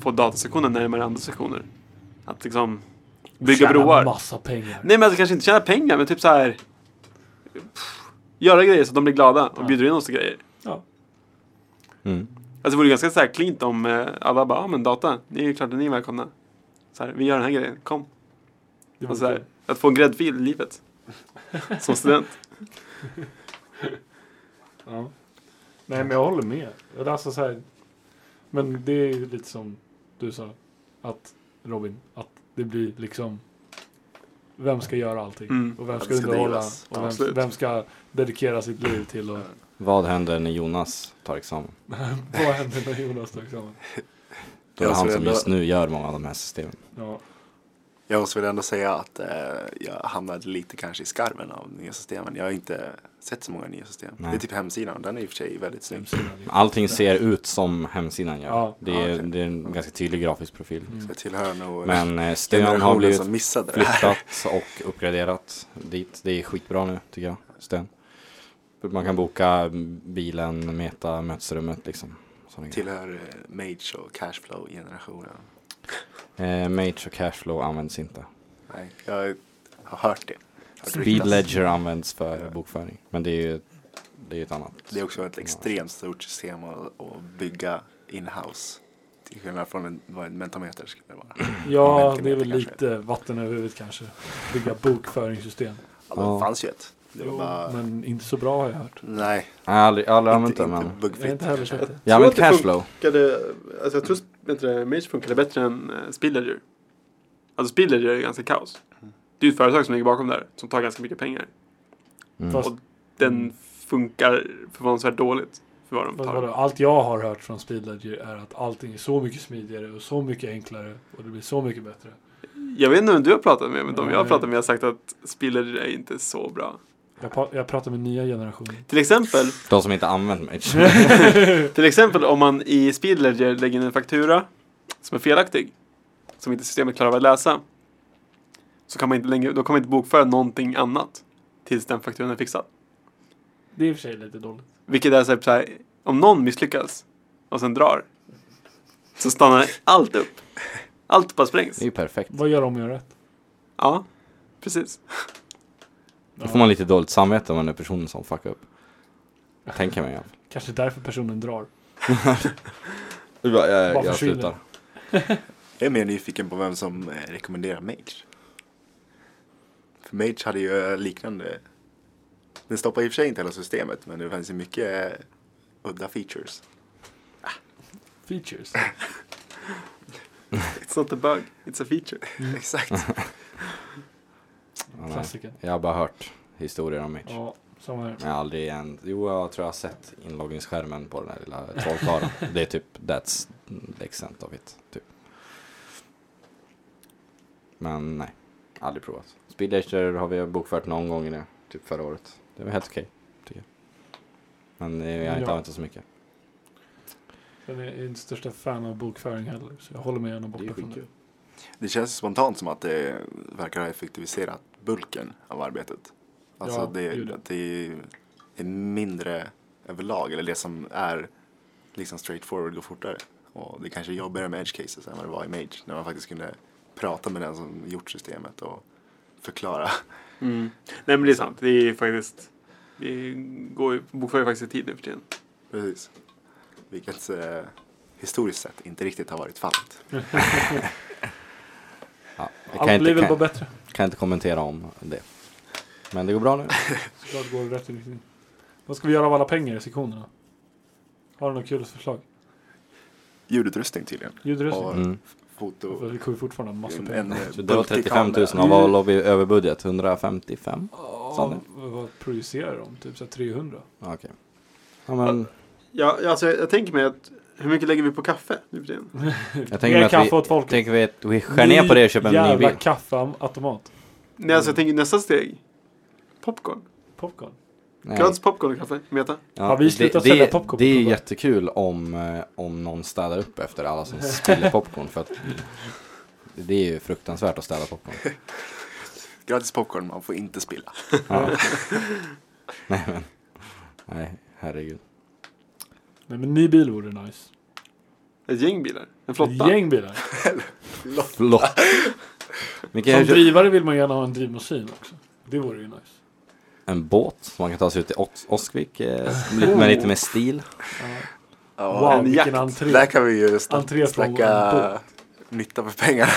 Speaker 5: få datasektionen närmare andra sektioner. Att liksom bygga
Speaker 1: Tjäna
Speaker 5: broar.
Speaker 1: massa pengar.
Speaker 5: Nej men alltså kanske inte tjäna pengar men typ så här. pff, Göra grejer så att de blir glada och bjuder in oss till grejer.
Speaker 1: Ja.
Speaker 3: Mm.
Speaker 5: Alltså det vore ganska så här klint om eh, alla bara, ja men data, det är ju klart att ni är välkomna. Så här, vi gör den här grejen, kom.
Speaker 1: Det var
Speaker 5: Och så här,
Speaker 1: kul.
Speaker 5: att få en gräddfil i livet. Som student.
Speaker 1: Ja. Nej men jag håller med. Eller Alltså, så här, men det är ju lite som du sa. Att Robin, att det blir liksom. Vem ska göra allting?
Speaker 5: Mm.
Speaker 1: Och vem ska,
Speaker 4: Vem ska
Speaker 1: underhålla?
Speaker 4: drivas?
Speaker 1: Och vem,
Speaker 5: Absolut.
Speaker 1: vem ska dedikera sitt liv till? Och,
Speaker 3: Vad händer när Jonas tar examen?
Speaker 1: vad händer när Jonas liksom? tar examen?
Speaker 3: Då är det
Speaker 4: Jag
Speaker 3: han
Speaker 4: tror
Speaker 3: som
Speaker 4: ändå-
Speaker 3: just nu gör många av de här systemen.
Speaker 1: Ja.
Speaker 4: Jag måste väl ändå säga att eh, jag hamnade lite kanske i skarven av nya systemen. Jag har inte sett så många nya system.
Speaker 3: Nej.
Speaker 4: Det är typ hemsidan, den är i och för sig väldigt snygg.
Speaker 3: Allting ser ut som hemsidan gör.
Speaker 1: Ja.
Speaker 3: det, är,
Speaker 4: Ja, okej. Mm.
Speaker 3: det är en ganska tydlig grafisk profil.
Speaker 1: Mm.
Speaker 4: Så jag tillhör nog eh,
Speaker 3: Men eh, Stön har
Speaker 4: generationen
Speaker 3: blivit
Speaker 4: som missade det här.
Speaker 3: flyttat och uppgraderat dit. Det är skitbra nu tycker jag, Stön. Man kan boka bilen, Meta, mötesrummet liksom. Såna grejer.
Speaker 4: Tillhör eh, Mage och Cashflow-generationen.
Speaker 3: Eh, Mage och Cashflow används inte.
Speaker 4: Nej, jag har hört det. Hört
Speaker 3: Speed
Speaker 4: ryktas.
Speaker 3: Ledger används för bokföring. Men det är ju det är ju ett annat.
Speaker 4: Det är också ett extremt stort system att, att bygga in-house. Till skillnad från en, vad en mentometer skulle det vara.
Speaker 1: Ja,
Speaker 4: Vem kan
Speaker 1: det är väl
Speaker 4: veta kanske?
Speaker 1: lite vatten över huvudet kanske. Bygga bokföringssystem.
Speaker 4: Alltså,
Speaker 3: Ja.
Speaker 4: det fanns ju ett. Det var
Speaker 1: Jo,
Speaker 4: bara...
Speaker 1: men inte så bra har jag hört.
Speaker 4: Nej,
Speaker 3: Jag har aldrig, jag har aldrig använt
Speaker 4: inte,
Speaker 3: det
Speaker 4: inte
Speaker 3: men.
Speaker 1: Jag har
Speaker 4: bugfritt.
Speaker 1: inte heller sett det.
Speaker 3: Jag har använt Cashflow.
Speaker 5: alltså jag tror att Mage funkade bättre än eh, Spillledger. Alltså Spillledger är ganska kaos. Det är ju ett företag som ligger bakom där, som tar ganska mycket pengar.
Speaker 3: Mm.
Speaker 1: Fast,
Speaker 5: Den funkar förvånansvärt dåligt för vad de
Speaker 1: fast
Speaker 5: tar.
Speaker 1: vadå, allt jag har hört från Speedledger är att allting är så mycket smidigare och så mycket enklare och det blir så mycket bättre.
Speaker 5: Jag vet inte vem du har pratat med, men de jag har
Speaker 1: Nej.
Speaker 5: pratat med har sagt att Spillledger är inte så bra.
Speaker 1: Jag, pa- jag pratar med nya generationer.
Speaker 5: Till exempel
Speaker 3: De som inte använt Mage.
Speaker 5: Till exempel om man i Speedledger lägger in en faktura som är felaktig, som inte systemet klarar av att läsa, så kan man inte längre, då kan man inte bokföra någonting annat tills den fakturan är fixad.
Speaker 1: Det är i och för sig lite dåligt.
Speaker 5: Vilket är så här, så här, om någon misslyckas och sen drar, så stannar allt upp. Allt bara sprängs.
Speaker 3: det är ju perfekt.
Speaker 1: Vad gör de om jag gör rätt?
Speaker 5: Ja, precis.
Speaker 3: Då får man lite dåligt samvete om man är personen som fuckar upp. Tänker man i alla fall.
Speaker 1: Kanske därför personen drar.
Speaker 3: Jag, jag,
Speaker 1: Bara
Speaker 3: jag
Speaker 1: försvinner.
Speaker 3: slutar.
Speaker 4: Jag är mer nyfiken på vem som eh, rekommenderar Mage. För Mage hade ju eh, liknande. Den stoppar i och för sig inte hela systemet men det fanns ju mycket eh, udda features.
Speaker 1: Features.
Speaker 5: It's not a bug, it's a feature.
Speaker 4: Exakt.
Speaker 3: Ja, nej.
Speaker 1: Klassiker.
Speaker 3: Jag har bara hört historier om Mage.
Speaker 1: Ja, samma här.
Speaker 3: Men jag har aldrig igen. Jo, jag tror jag har sett inloggningsskärmen på den där lilla trollkarlen. det är typ that's the extent of it. Typ. Men nej, aldrig provat. Speedlater har vi bokfört någon gång i det. Typ förra året. Det var helt okej, tycker jag. Men eh, jag har inte
Speaker 1: Ja.
Speaker 3: använt det så mycket.
Speaker 1: Jag är inte största fan av bokföring heller, så jag håller med gärna
Speaker 3: Det är
Speaker 1: borta från det.
Speaker 3: skitkul.
Speaker 4: Det känns spontant som att det verkar ha effektiviserat bulken av arbetet. Alltså
Speaker 1: Ja, gud,
Speaker 4: det,
Speaker 1: ja.
Speaker 4: att det är mindre överlag, eller det som är liksom straightforward går fortare. Och det kanske är jobbigare med edge cases än vad det var i Mage, när man faktiskt kunde prata med den som gjort systemet och förklara.
Speaker 5: Mm. Nej men det är sant, det är faktiskt, vi går ju, bokför ju faktiskt i tid nu för tiden.
Speaker 4: Precis. Vilket eh, historiskt sett inte riktigt har varit fallet.
Speaker 3: Ja, jag kan
Speaker 1: Allt blir
Speaker 3: inte,
Speaker 1: väl
Speaker 3: kan,
Speaker 1: bara bättre.
Speaker 3: kan inte kommentera om det. Men det går bra nu.
Speaker 1: Såklart går det rätt i riktning. Vad ska vi göra av alla pengar i sektionerna? Har du något kul förslag?
Speaker 4: Ljudutrustning tydligen.
Speaker 1: Ljudrustning?
Speaker 4: Och
Speaker 3: Mm.
Speaker 4: foto.
Speaker 1: Vi kommer fortfarande ha en massa
Speaker 4: En,
Speaker 1: pengar.
Speaker 4: en, eh,
Speaker 3: Så det var 35 000
Speaker 4: multikamera.
Speaker 3: och vad låg vi över budget? 155? sa
Speaker 1: Ja,
Speaker 3: ni?
Speaker 1: vad- vad producerar de? Typ så här 300?
Speaker 3: Ja, Okej. Ja, men,
Speaker 5: Ja, ja, alltså jag, jag tänker mig att hur mycket lägger vi på kaffe nu för tiden?
Speaker 3: jag
Speaker 1: Mer
Speaker 3: tänker mig
Speaker 1: kaffe åt
Speaker 3: att vi,
Speaker 1: folket.
Speaker 3: tänker vi att vi skär ner på det och köper en ny
Speaker 1: jävla
Speaker 3: bil.
Speaker 1: kaffeautomat.
Speaker 5: Nej, alltså jag tänker nästa steg. Popcorn.
Speaker 1: Popcorn.
Speaker 3: Nej.
Speaker 5: Gratis popcorn och kaffe. Meta.
Speaker 3: Ja,
Speaker 1: Har vi slutat
Speaker 3: det,
Speaker 1: sälja
Speaker 3: det,
Speaker 1: popcorn
Speaker 3: Det är
Speaker 1: på
Speaker 3: jättekul om, eh, om någon städar upp efter alla som spiller popcorn. För att det är ju fruktansvärt att städa popcorn.
Speaker 4: Gratis popcorn, man får inte spilla.
Speaker 3: Ja. nej men. Nej, herregud.
Speaker 1: Nej men ny bil vore nice.
Speaker 5: Ett gäng bilar. En
Speaker 1: Ett
Speaker 5: flotta.
Speaker 1: gäng bilar.
Speaker 3: Förlåt. Vilken
Speaker 1: Som
Speaker 3: är
Speaker 1: drivare vill man gärna ha en drivmaskin också. Det vore ju nice.
Speaker 3: en båt som man kan ta sig ut till Os- Oskvik. Eh, lite- med lite mer stil.
Speaker 4: Ja,
Speaker 1: Wow,
Speaker 5: en
Speaker 1: vilken
Speaker 5: jakt.
Speaker 1: entré.
Speaker 4: Där kan vi ju sta-
Speaker 1: Entré från en
Speaker 4: snacka nytta för pengarna.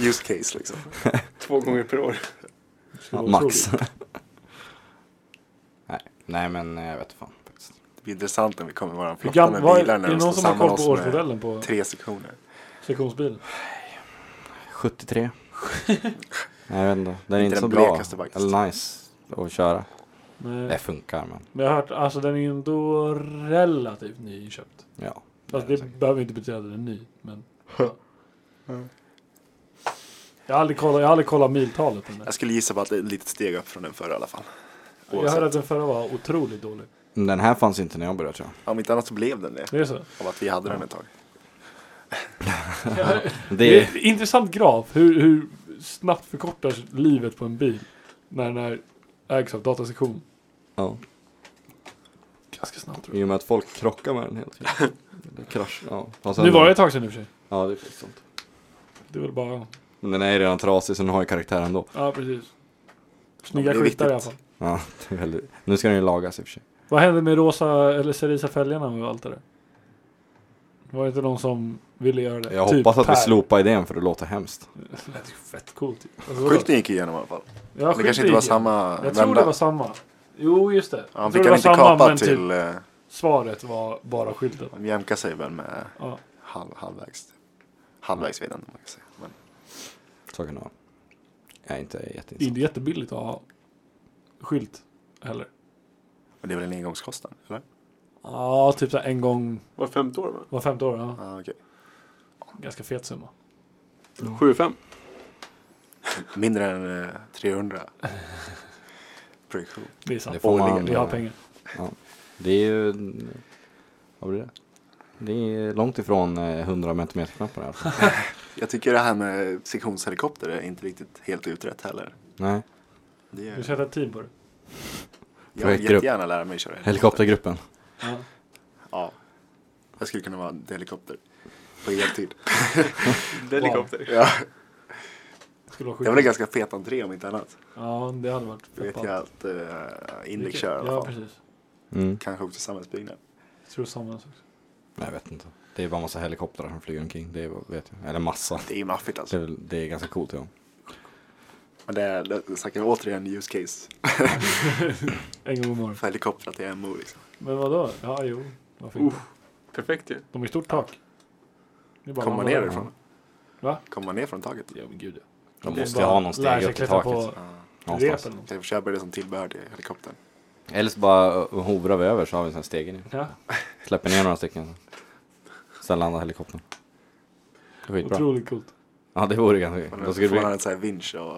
Speaker 4: Use case liksom.
Speaker 5: Två gånger per år.
Speaker 3: Ja,
Speaker 1: Skulle vara
Speaker 3: max.
Speaker 1: otroligt. nej.
Speaker 3: Nej men eh, jag vet fan faktiskt.
Speaker 4: Det blir intressant när vi kommer med våran
Speaker 1: Hur
Speaker 4: flotta
Speaker 1: gam-
Speaker 4: med
Speaker 1: vad-
Speaker 4: bilar
Speaker 1: är
Speaker 4: när
Speaker 1: det
Speaker 4: de slår
Speaker 1: någon som har koll
Speaker 4: samman
Speaker 1: på
Speaker 4: oss med
Speaker 1: årsmodellen på
Speaker 4: tre sektioner.
Speaker 1: sektionsbilen?
Speaker 3: 73. Nej, jag vet inte. Den är
Speaker 4: Inte
Speaker 3: inte så
Speaker 4: den
Speaker 3: bra.
Speaker 4: blekaste faktiskt.
Speaker 3: Eller nice att köra.
Speaker 1: Nej.
Speaker 3: Det funkar men.
Speaker 1: Men jag har hört, alltså den är ju ändå relativt nyköpt.
Speaker 3: Ja.
Speaker 1: Fast det behöver inte betyda att den är ny. Men... Jag har aldrig kollat, jag har aldrig kollat miltalet. på den där.
Speaker 4: Jag skulle gissa på att det är ett litet steg upp från den förra i alla fall.
Speaker 1: Jag hörde att den förra var otroligt dålig.
Speaker 3: Men Den här fanns inte när jag började tror
Speaker 4: Om inte annat så blev den det.
Speaker 1: Det är så.
Speaker 4: Av att vi hade den ett tag.
Speaker 3: jag.
Speaker 1: Det
Speaker 3: Det
Speaker 1: är en intressant graf hur, hur snabbt förkortas livet på en bil när den är ägs av datasektion.
Speaker 3: ja.
Speaker 1: Ganska snabbt tror
Speaker 3: I och med att folk krockar med den hela tiden. Eller Krasch. Ja. Och
Speaker 1: jag.
Speaker 3: sen-
Speaker 1: Nu var det ett tag sedan i och för sig.
Speaker 3: Ja, det är precis sånt.
Speaker 1: Det är väl bara...
Speaker 3: Men den är ju redan trasig så den har ju karaktär ändå.
Speaker 1: Ja, precis.
Speaker 4: Ja,
Speaker 1: Snygga
Speaker 4: det är
Speaker 1: skyltar i alla
Speaker 4: viktigt.
Speaker 1: fall.
Speaker 3: Ja, det är väldigt... Nu ska den ju lagas i och för sig.
Speaker 1: Vad hände med rosa eller cerisa fälgarna och allt det där? Var det inte någon som ville göra det?
Speaker 3: Jag
Speaker 1: Typ
Speaker 3: hoppas att
Speaker 1: Per.
Speaker 3: vi slopar idén för det låter hemskt.
Speaker 1: Det lät ju fett coolt. Alltså, vadå?
Speaker 4: Skylten gick igenom i alla fall.
Speaker 1: Ja,
Speaker 4: Det
Speaker 1: skylten
Speaker 4: kanske inte var
Speaker 1: gick.
Speaker 4: samma
Speaker 1: Jag tror det var
Speaker 4: vända.
Speaker 1: samma. Jo, just det.
Speaker 4: Ja, Han
Speaker 1: jag
Speaker 4: fick
Speaker 1: tror det
Speaker 4: han
Speaker 1: var
Speaker 4: inte
Speaker 1: samma,
Speaker 4: kapa
Speaker 1: men typ
Speaker 4: till... eh,
Speaker 1: svaret var bara skylten.
Speaker 4: Han jämkar sig väl med
Speaker 1: Ja.
Speaker 4: halv, halvvägs. Halvvägs vid den. om Man kan säga. Men
Speaker 3: Så kan det vara. Jag är inte
Speaker 1: Det är
Speaker 3: jätteinsatt.
Speaker 1: inte jättebilligt att ha skylt heller.
Speaker 4: men det är väl en engångskostnad? Eller?
Speaker 1: Ja, typ så här en gång
Speaker 5: Var femte år va?
Speaker 1: var femte år. Ja.
Speaker 4: Ah, okej.
Speaker 1: Ganska fet summa.
Speaker 5: Sju, fem.
Speaker 4: Mindre än eh, 300 projektion.
Speaker 1: Det är sant.
Speaker 3: Det får man-
Speaker 1: Vi har pengar.
Speaker 3: Det är ju... Vad blir det? Det är långt ifrån eh, 100 meter-knappen i alla fall.
Speaker 4: Jag tycker det här med sektionshelikopter är inte riktigt helt utrett heller.
Speaker 3: Nej,
Speaker 4: Det
Speaker 1: Vi
Speaker 4: är,
Speaker 1: sätter ett team på det.
Speaker 4: jag vill
Speaker 3: projektgrupp.
Speaker 4: jättegärna lära mig köra helikopter.
Speaker 3: helikoptergruppen.
Speaker 1: Ja.
Speaker 4: Ja. Jag skulle kunna vara en helikopter på heltid.
Speaker 5: Helikopter.
Speaker 4: Ja.
Speaker 1: Det skulle vara
Speaker 4: Det var väl en
Speaker 1: skylten.
Speaker 4: ganska fet entré om inte annat.
Speaker 1: Ja, det hade varit
Speaker 4: Det vet
Speaker 1: ballt.
Speaker 4: jag att uh, Indic
Speaker 1: Vilket-
Speaker 4: kör i alla
Speaker 1: Ja,
Speaker 4: fall.
Speaker 1: precis.
Speaker 3: Mm.
Speaker 4: Kanske också samhällsbyggnad.
Speaker 1: Jag tror samma sak.
Speaker 3: Nej, jag vet inte. Det är bara massa helikoptrar som flyger omkring. Det är, vet jag. Eller massa.
Speaker 4: Det är ju maffigt
Speaker 3: Det
Speaker 4: alltså.
Speaker 3: är, väl- det är ganska coolt ja.
Speaker 4: Men det är, det snackar vi återigen use case.
Speaker 1: En gång om året.
Speaker 4: För helikoptrar till MO liksom.
Speaker 1: Men vadå? Ja, jo. Varför inte?
Speaker 5: Uh, perfekt ju.
Speaker 1: De är i stort tak. Det är bara
Speaker 4: Komma
Speaker 1: ramla
Speaker 4: ner
Speaker 1: där.
Speaker 4: ifrån.
Speaker 1: Va?
Speaker 4: Komma ner från taget.
Speaker 1: Ja, men gud ja.
Speaker 3: De
Speaker 1: Det är
Speaker 3: måste ju
Speaker 1: bara
Speaker 3: ha
Speaker 1: lära
Speaker 3: någon steg
Speaker 1: sig
Speaker 3: upp till
Speaker 1: klättra
Speaker 3: taket.
Speaker 1: På
Speaker 3: Någonstans.
Speaker 1: repen.
Speaker 4: Jag får köpa det som tillbehör till helikoptern.
Speaker 3: Eller så bara eh, hovrar vi över så har vi en sån här stege ner.
Speaker 1: Ja,
Speaker 3: Släpper ner några stycken. Sen landar helikoptern. Skitbra.
Speaker 1: otroligt coolt.
Speaker 3: Ja det vore ganska
Speaker 4: Men
Speaker 3: Då
Speaker 4: då
Speaker 3: skulle
Speaker 4: får
Speaker 3: det
Speaker 4: han
Speaker 3: bli...
Speaker 4: en sån här vinsch och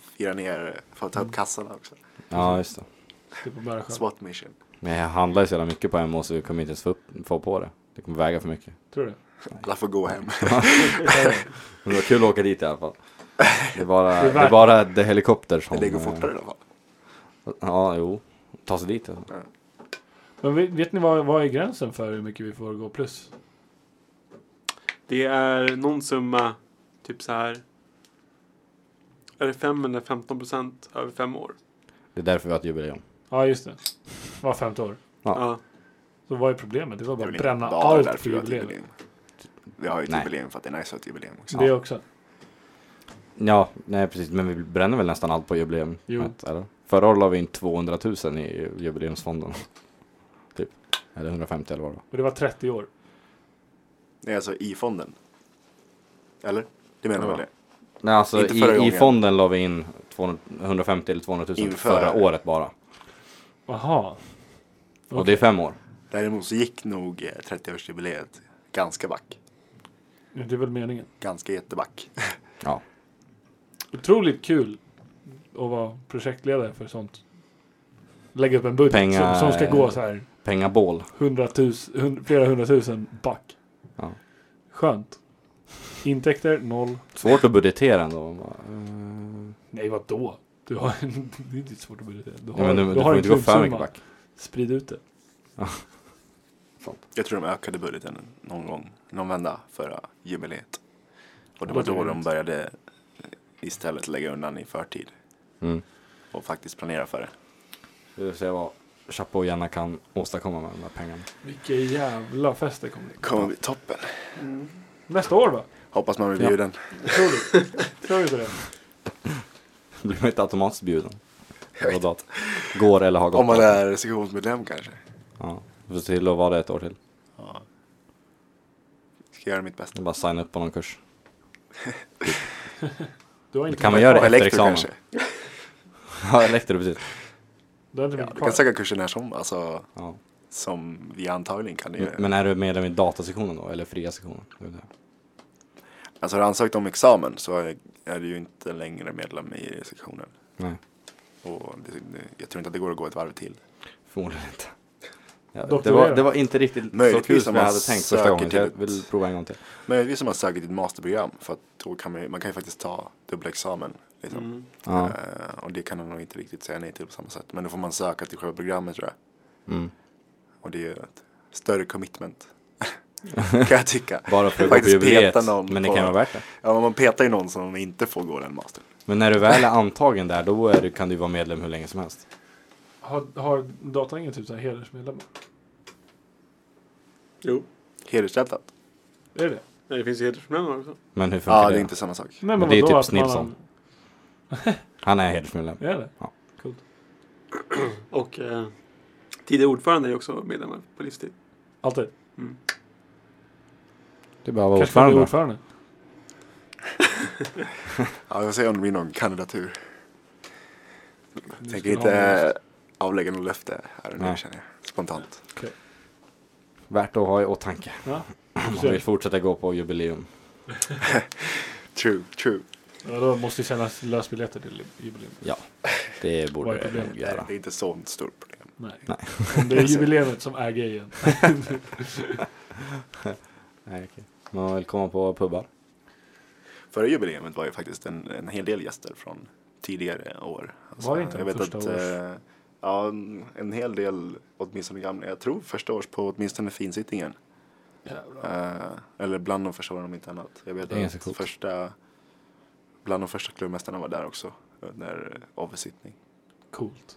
Speaker 4: fira ner för att
Speaker 1: Mm.
Speaker 4: ta upp kassarna också.
Speaker 3: Ja just det.
Speaker 1: Typ att bära själv.
Speaker 4: SWAT mission.
Speaker 3: Men jag handlar ju så jävla mycket på MH så vi kommer inte ens få, upp, få på det. Det kommer väga för mycket.
Speaker 1: Tror du det?
Speaker 4: Alla får gå hem.
Speaker 3: Men det var kul att åka dit i alla fall. Det är bara
Speaker 1: Det
Speaker 3: det,
Speaker 1: är värt-
Speaker 3: är bara det helikopter som...
Speaker 4: Det går
Speaker 3: eh,
Speaker 4: fortare i alla fall.
Speaker 3: Ja jo. Ta sig dit. Alltså.
Speaker 1: Men vet, vet ni vad, vad är gränsen för hur mycket vi får gå plus?
Speaker 5: Det är någon summa, typ så här. Är det 5 eller 15 procent över fem år?
Speaker 3: Det är därför vi har ett jubileum.
Speaker 1: Ja, just det. Var femte år.
Speaker 3: Ja.
Speaker 5: Ja.
Speaker 1: Så vad är problemet? Det var
Speaker 4: Det
Speaker 1: bara
Speaker 4: är väl
Speaker 1: att
Speaker 4: inte
Speaker 1: bränna
Speaker 4: bara
Speaker 1: allt
Speaker 4: därför
Speaker 1: för
Speaker 4: vi har ett
Speaker 1: jubileum.
Speaker 4: Vi har ju ett
Speaker 3: Nej.
Speaker 4: jubileum för att det är nice att ha ett jubileum också.
Speaker 1: Det också.
Speaker 3: Ja, nej precis. Men vi bränner väl nästan allt på jubileum.
Speaker 1: Jo.
Speaker 3: Eller? Förra året la vi in 200 000 i jubileumsfonden. Typ. Eller 150 eller vad det var.
Speaker 1: Och det var 30 år.
Speaker 4: Det är alltså i fonden. Eller? Det menar
Speaker 3: Ja.
Speaker 4: väl det?
Speaker 3: Nej, alltså
Speaker 4: Inte förra
Speaker 3: i, i
Speaker 4: gången.
Speaker 3: fonden la vi in 200, 150 eller 200 000
Speaker 4: Inför.
Speaker 3: förra året bara.
Speaker 1: Jaha.
Speaker 3: Och det är fem år.
Speaker 4: Däremot så gick nog eh, 30-årsjubileet ganska back.
Speaker 1: Det är väl meningen.
Speaker 4: Ganska jätteback.
Speaker 3: Ja.
Speaker 1: Otroligt kul att vara projektledare för sånt. Lägga upp en budget
Speaker 3: Pengar-
Speaker 1: som, som ska gå så här
Speaker 3: Pengabål.
Speaker 1: hundratus, hund, flera hundratusen back.
Speaker 3: Ja.
Speaker 1: Skönt. Intäkter noll.
Speaker 3: Svårt att budgetera ändå. Man bara, eh,
Speaker 1: Nej vadå? Du har en, det är inte svårt att budgetera. Du har,
Speaker 3: ja, men du,
Speaker 1: du
Speaker 3: du
Speaker 1: har
Speaker 3: får
Speaker 1: en
Speaker 3: inte gå för mycket
Speaker 1: klumpsumma.
Speaker 3: back.
Speaker 1: Sprid ut det.
Speaker 4: Jag tror de ökade budgeten någon gång, någon vända förra jubileet. Och det
Speaker 1: Vad
Speaker 4: var
Speaker 1: tror
Speaker 4: då
Speaker 1: du?
Speaker 4: de började istället lägga undan i förtid
Speaker 3: Mm.
Speaker 4: och faktiskt planera för det.
Speaker 3: Vi får se vad Chapeau gärna kan åstadkomma med de här pengarna.
Speaker 1: Vilken jävla fest det kommer bli.
Speaker 4: Kommer bli toppen.
Speaker 1: Nästa år då?
Speaker 4: Hoppas man blir
Speaker 3: Ja.
Speaker 4: bjuden.
Speaker 1: Tror du? Tror du på det?
Speaker 3: Blir man inte automatiskt bjuden?
Speaker 4: Jag vet
Speaker 3: På dat- Går eller har gått.
Speaker 4: Om man
Speaker 3: datum.
Speaker 4: är sektionsmedlem kanske.
Speaker 3: Ja. Vi får se till att vara det ett år till.
Speaker 4: Ja. Ska göra mitt bästa.
Speaker 3: Jag bara signa upp på någon kurs.
Speaker 1: Du har inte
Speaker 3: Kan man
Speaker 1: mycket
Speaker 3: göra
Speaker 1: kvar.
Speaker 3: det?
Speaker 4: Och
Speaker 3: efter
Speaker 4: elektro
Speaker 3: examen.
Speaker 4: kanske.
Speaker 3: Ja, elektro precis.
Speaker 1: Du har inte
Speaker 4: Ja,
Speaker 1: mycket
Speaker 4: du
Speaker 1: kvar.
Speaker 4: kan söka kursen när som, alltså,
Speaker 3: Ja.
Speaker 4: som vi antagligen kan
Speaker 3: Men-
Speaker 4: göra.
Speaker 3: Men är du medlem i datasektionen då? Eller fria sektionen? Det är det.
Speaker 4: Alltså har du ansökt om examen så är är du ju inte längre medlem i sektionen.
Speaker 3: Nej,
Speaker 4: Och det, det, jag tror inte att det går att gå ett varv till.
Speaker 3: förmodligen inte. Ja, det,
Speaker 1: Doktorera.
Speaker 3: var, det var inte riktigt så
Speaker 4: Möjligtvis
Speaker 3: kul
Speaker 4: om
Speaker 3: som jag
Speaker 4: man
Speaker 3: hade tänkt första
Speaker 4: söker
Speaker 3: gången. så Jag
Speaker 4: till ett-
Speaker 3: vill prova en gång till.
Speaker 4: Möjligtvis om man söker till ett masterprogram för att då kan man, ju- man kan ju faktiskt ta dubbelexamen. Liksom.
Speaker 5: Mm.
Speaker 3: Ja.
Speaker 4: Eh, och det kan man nog inte riktigt säga nej till på samma sätt. Men då får man söka till själva programmet tror jag.
Speaker 3: Mm.
Speaker 4: Och det är ju ett större commitment. kan jag tycka.
Speaker 3: Bara för att gå på
Speaker 4: Faktiskt
Speaker 3: jubileet.
Speaker 4: peta någon
Speaker 3: Men det
Speaker 4: på-
Speaker 3: kan vara värt det.
Speaker 4: Ja, men man petar ju någon som inte får gå den mastern.
Speaker 3: Men när du väl är antagen där, då är du, kan du vara medlem hur länge som helst.
Speaker 1: Har, har datan ingen typ så här hedersmedlemmar?
Speaker 5: Jo.
Speaker 4: Hedersstämplat.
Speaker 1: Är det det?
Speaker 5: Nej, det finns ju hedersmedlemmar också.
Speaker 3: Men hur funkar
Speaker 4: Ja, det
Speaker 3: det?
Speaker 4: är inte samma sak.
Speaker 1: Nej,
Speaker 3: Men det är
Speaker 1: vadå
Speaker 3: typ
Speaker 1: att man har-
Speaker 3: Snilsson. Han är hedersmedlem.
Speaker 1: Är det?
Speaker 3: Ja.
Speaker 1: Coolt.
Speaker 5: Och eh, tidigare ordförande är också medlemmar på livstid.
Speaker 1: Alltid.
Speaker 3: Det är bara att vara
Speaker 1: Kanske kan bli
Speaker 3: ordförande.
Speaker 1: ordförande.
Speaker 4: Ja, jag får se om det blir någon kandidatur. Tänker
Speaker 1: skulle ha
Speaker 4: inte eh, avlägga något löfte här och nu
Speaker 3: Nej.
Speaker 4: känner jag. Spontant.
Speaker 3: Värt att ha i åtanke.
Speaker 1: Ja.
Speaker 3: Om
Speaker 1: ser.
Speaker 3: vi fortsätter gå på jubileum.
Speaker 4: True, true.
Speaker 1: Ja, då måste det kännas lösbiljetter till jubileum.
Speaker 3: Ja, det borde
Speaker 1: Vad är
Speaker 3: jag
Speaker 1: problemet?
Speaker 3: nog
Speaker 4: Nej,
Speaker 3: göra.
Speaker 4: det är inte så stort problem.
Speaker 1: Nej.
Speaker 3: Nej.
Speaker 1: Om det är jubileet som är grejen.
Speaker 3: Nej, okej. Man vill komma på pubbar.
Speaker 4: Förra jubileet var ju faktiskt en, en hel del gäster från tidigare år. Alltså,
Speaker 1: Var det inte de första års?
Speaker 4: eh, Ja, en- en hel del, åtminstone gamla. Jag tror första års på åtminstone finsittingen. Eh, eller bland de första åren om inte annat. Jag vet
Speaker 3: Det är ganska
Speaker 4: att
Speaker 3: coolt.
Speaker 4: första, bland de första klubbmästarna var där också. Under avbesittning.
Speaker 1: Coolt.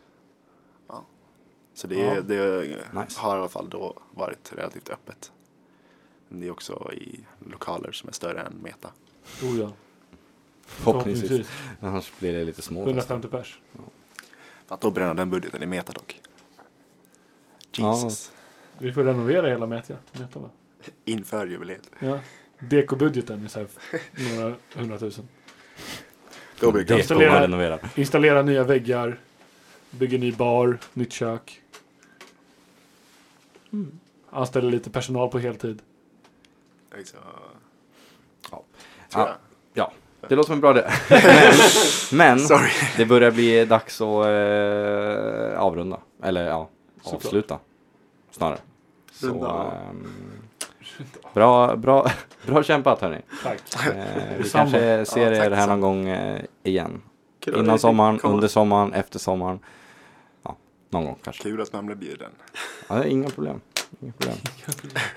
Speaker 4: Så det,
Speaker 1: Ja.
Speaker 4: det
Speaker 3: Nice.
Speaker 4: har i alla fall då varit relativt öppet. Men det är också i lokaler som är större än Meta.
Speaker 1: Oh ja.
Speaker 3: Förhoppningsvis. Annars blir det lite små. fester.
Speaker 1: 150 pers.
Speaker 4: Att då bränna den budgeten i Meta dock. Jesus.
Speaker 1: Vi får renovera hela Metja. Meta, va?
Speaker 4: Inför jubileet.
Speaker 1: Ja. DK-budgeten är så här några hundratusen.
Speaker 4: Då blir det
Speaker 3: Det
Speaker 4: kaos.
Speaker 3: kommer man renovera.
Speaker 1: Installera nya väggar. Bygga ny bar. Nytt kök. Anställa lite personal på heltid.
Speaker 4: Alltså,
Speaker 3: Ja.
Speaker 4: tror
Speaker 3: Ja, ja, det låter som en bra idé. Men, men
Speaker 4: jag. Sorry.
Speaker 3: det börjar bli dags att eh, avrunda. Eller ja,
Speaker 1: Såklart.
Speaker 3: avsluta. Snarare. Så,
Speaker 5: Runda av.
Speaker 3: ehm, bra, bra, bra kämpat hörni.
Speaker 1: Tack.
Speaker 3: Eh, vi
Speaker 1: Detsamma.
Speaker 3: kanske ser
Speaker 4: Ja, tack
Speaker 3: er här
Speaker 4: detsamma.
Speaker 3: någon gång eh, igen.
Speaker 5: Kul att ni
Speaker 3: Innan
Speaker 5: fick
Speaker 3: sommaren,
Speaker 5: komma.
Speaker 3: under sommaren, efter sommaren. Ja, någon gång kanske.
Speaker 4: Kul att man blev bjuden.
Speaker 3: Ja, det är inga problem. Inga problem.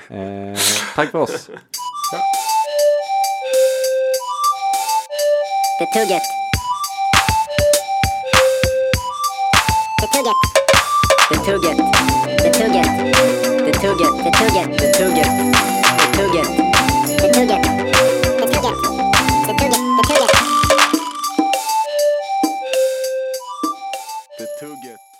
Speaker 3: eh, tack för oss.
Speaker 2: The Tugget. The Tugget. The Tugget. The Tugget. The Tugget. The Tugget. The Tugget. The Tugget. The Tugget. The Tugget. The Tugget. The Tugget.
Speaker 4: Det tugget.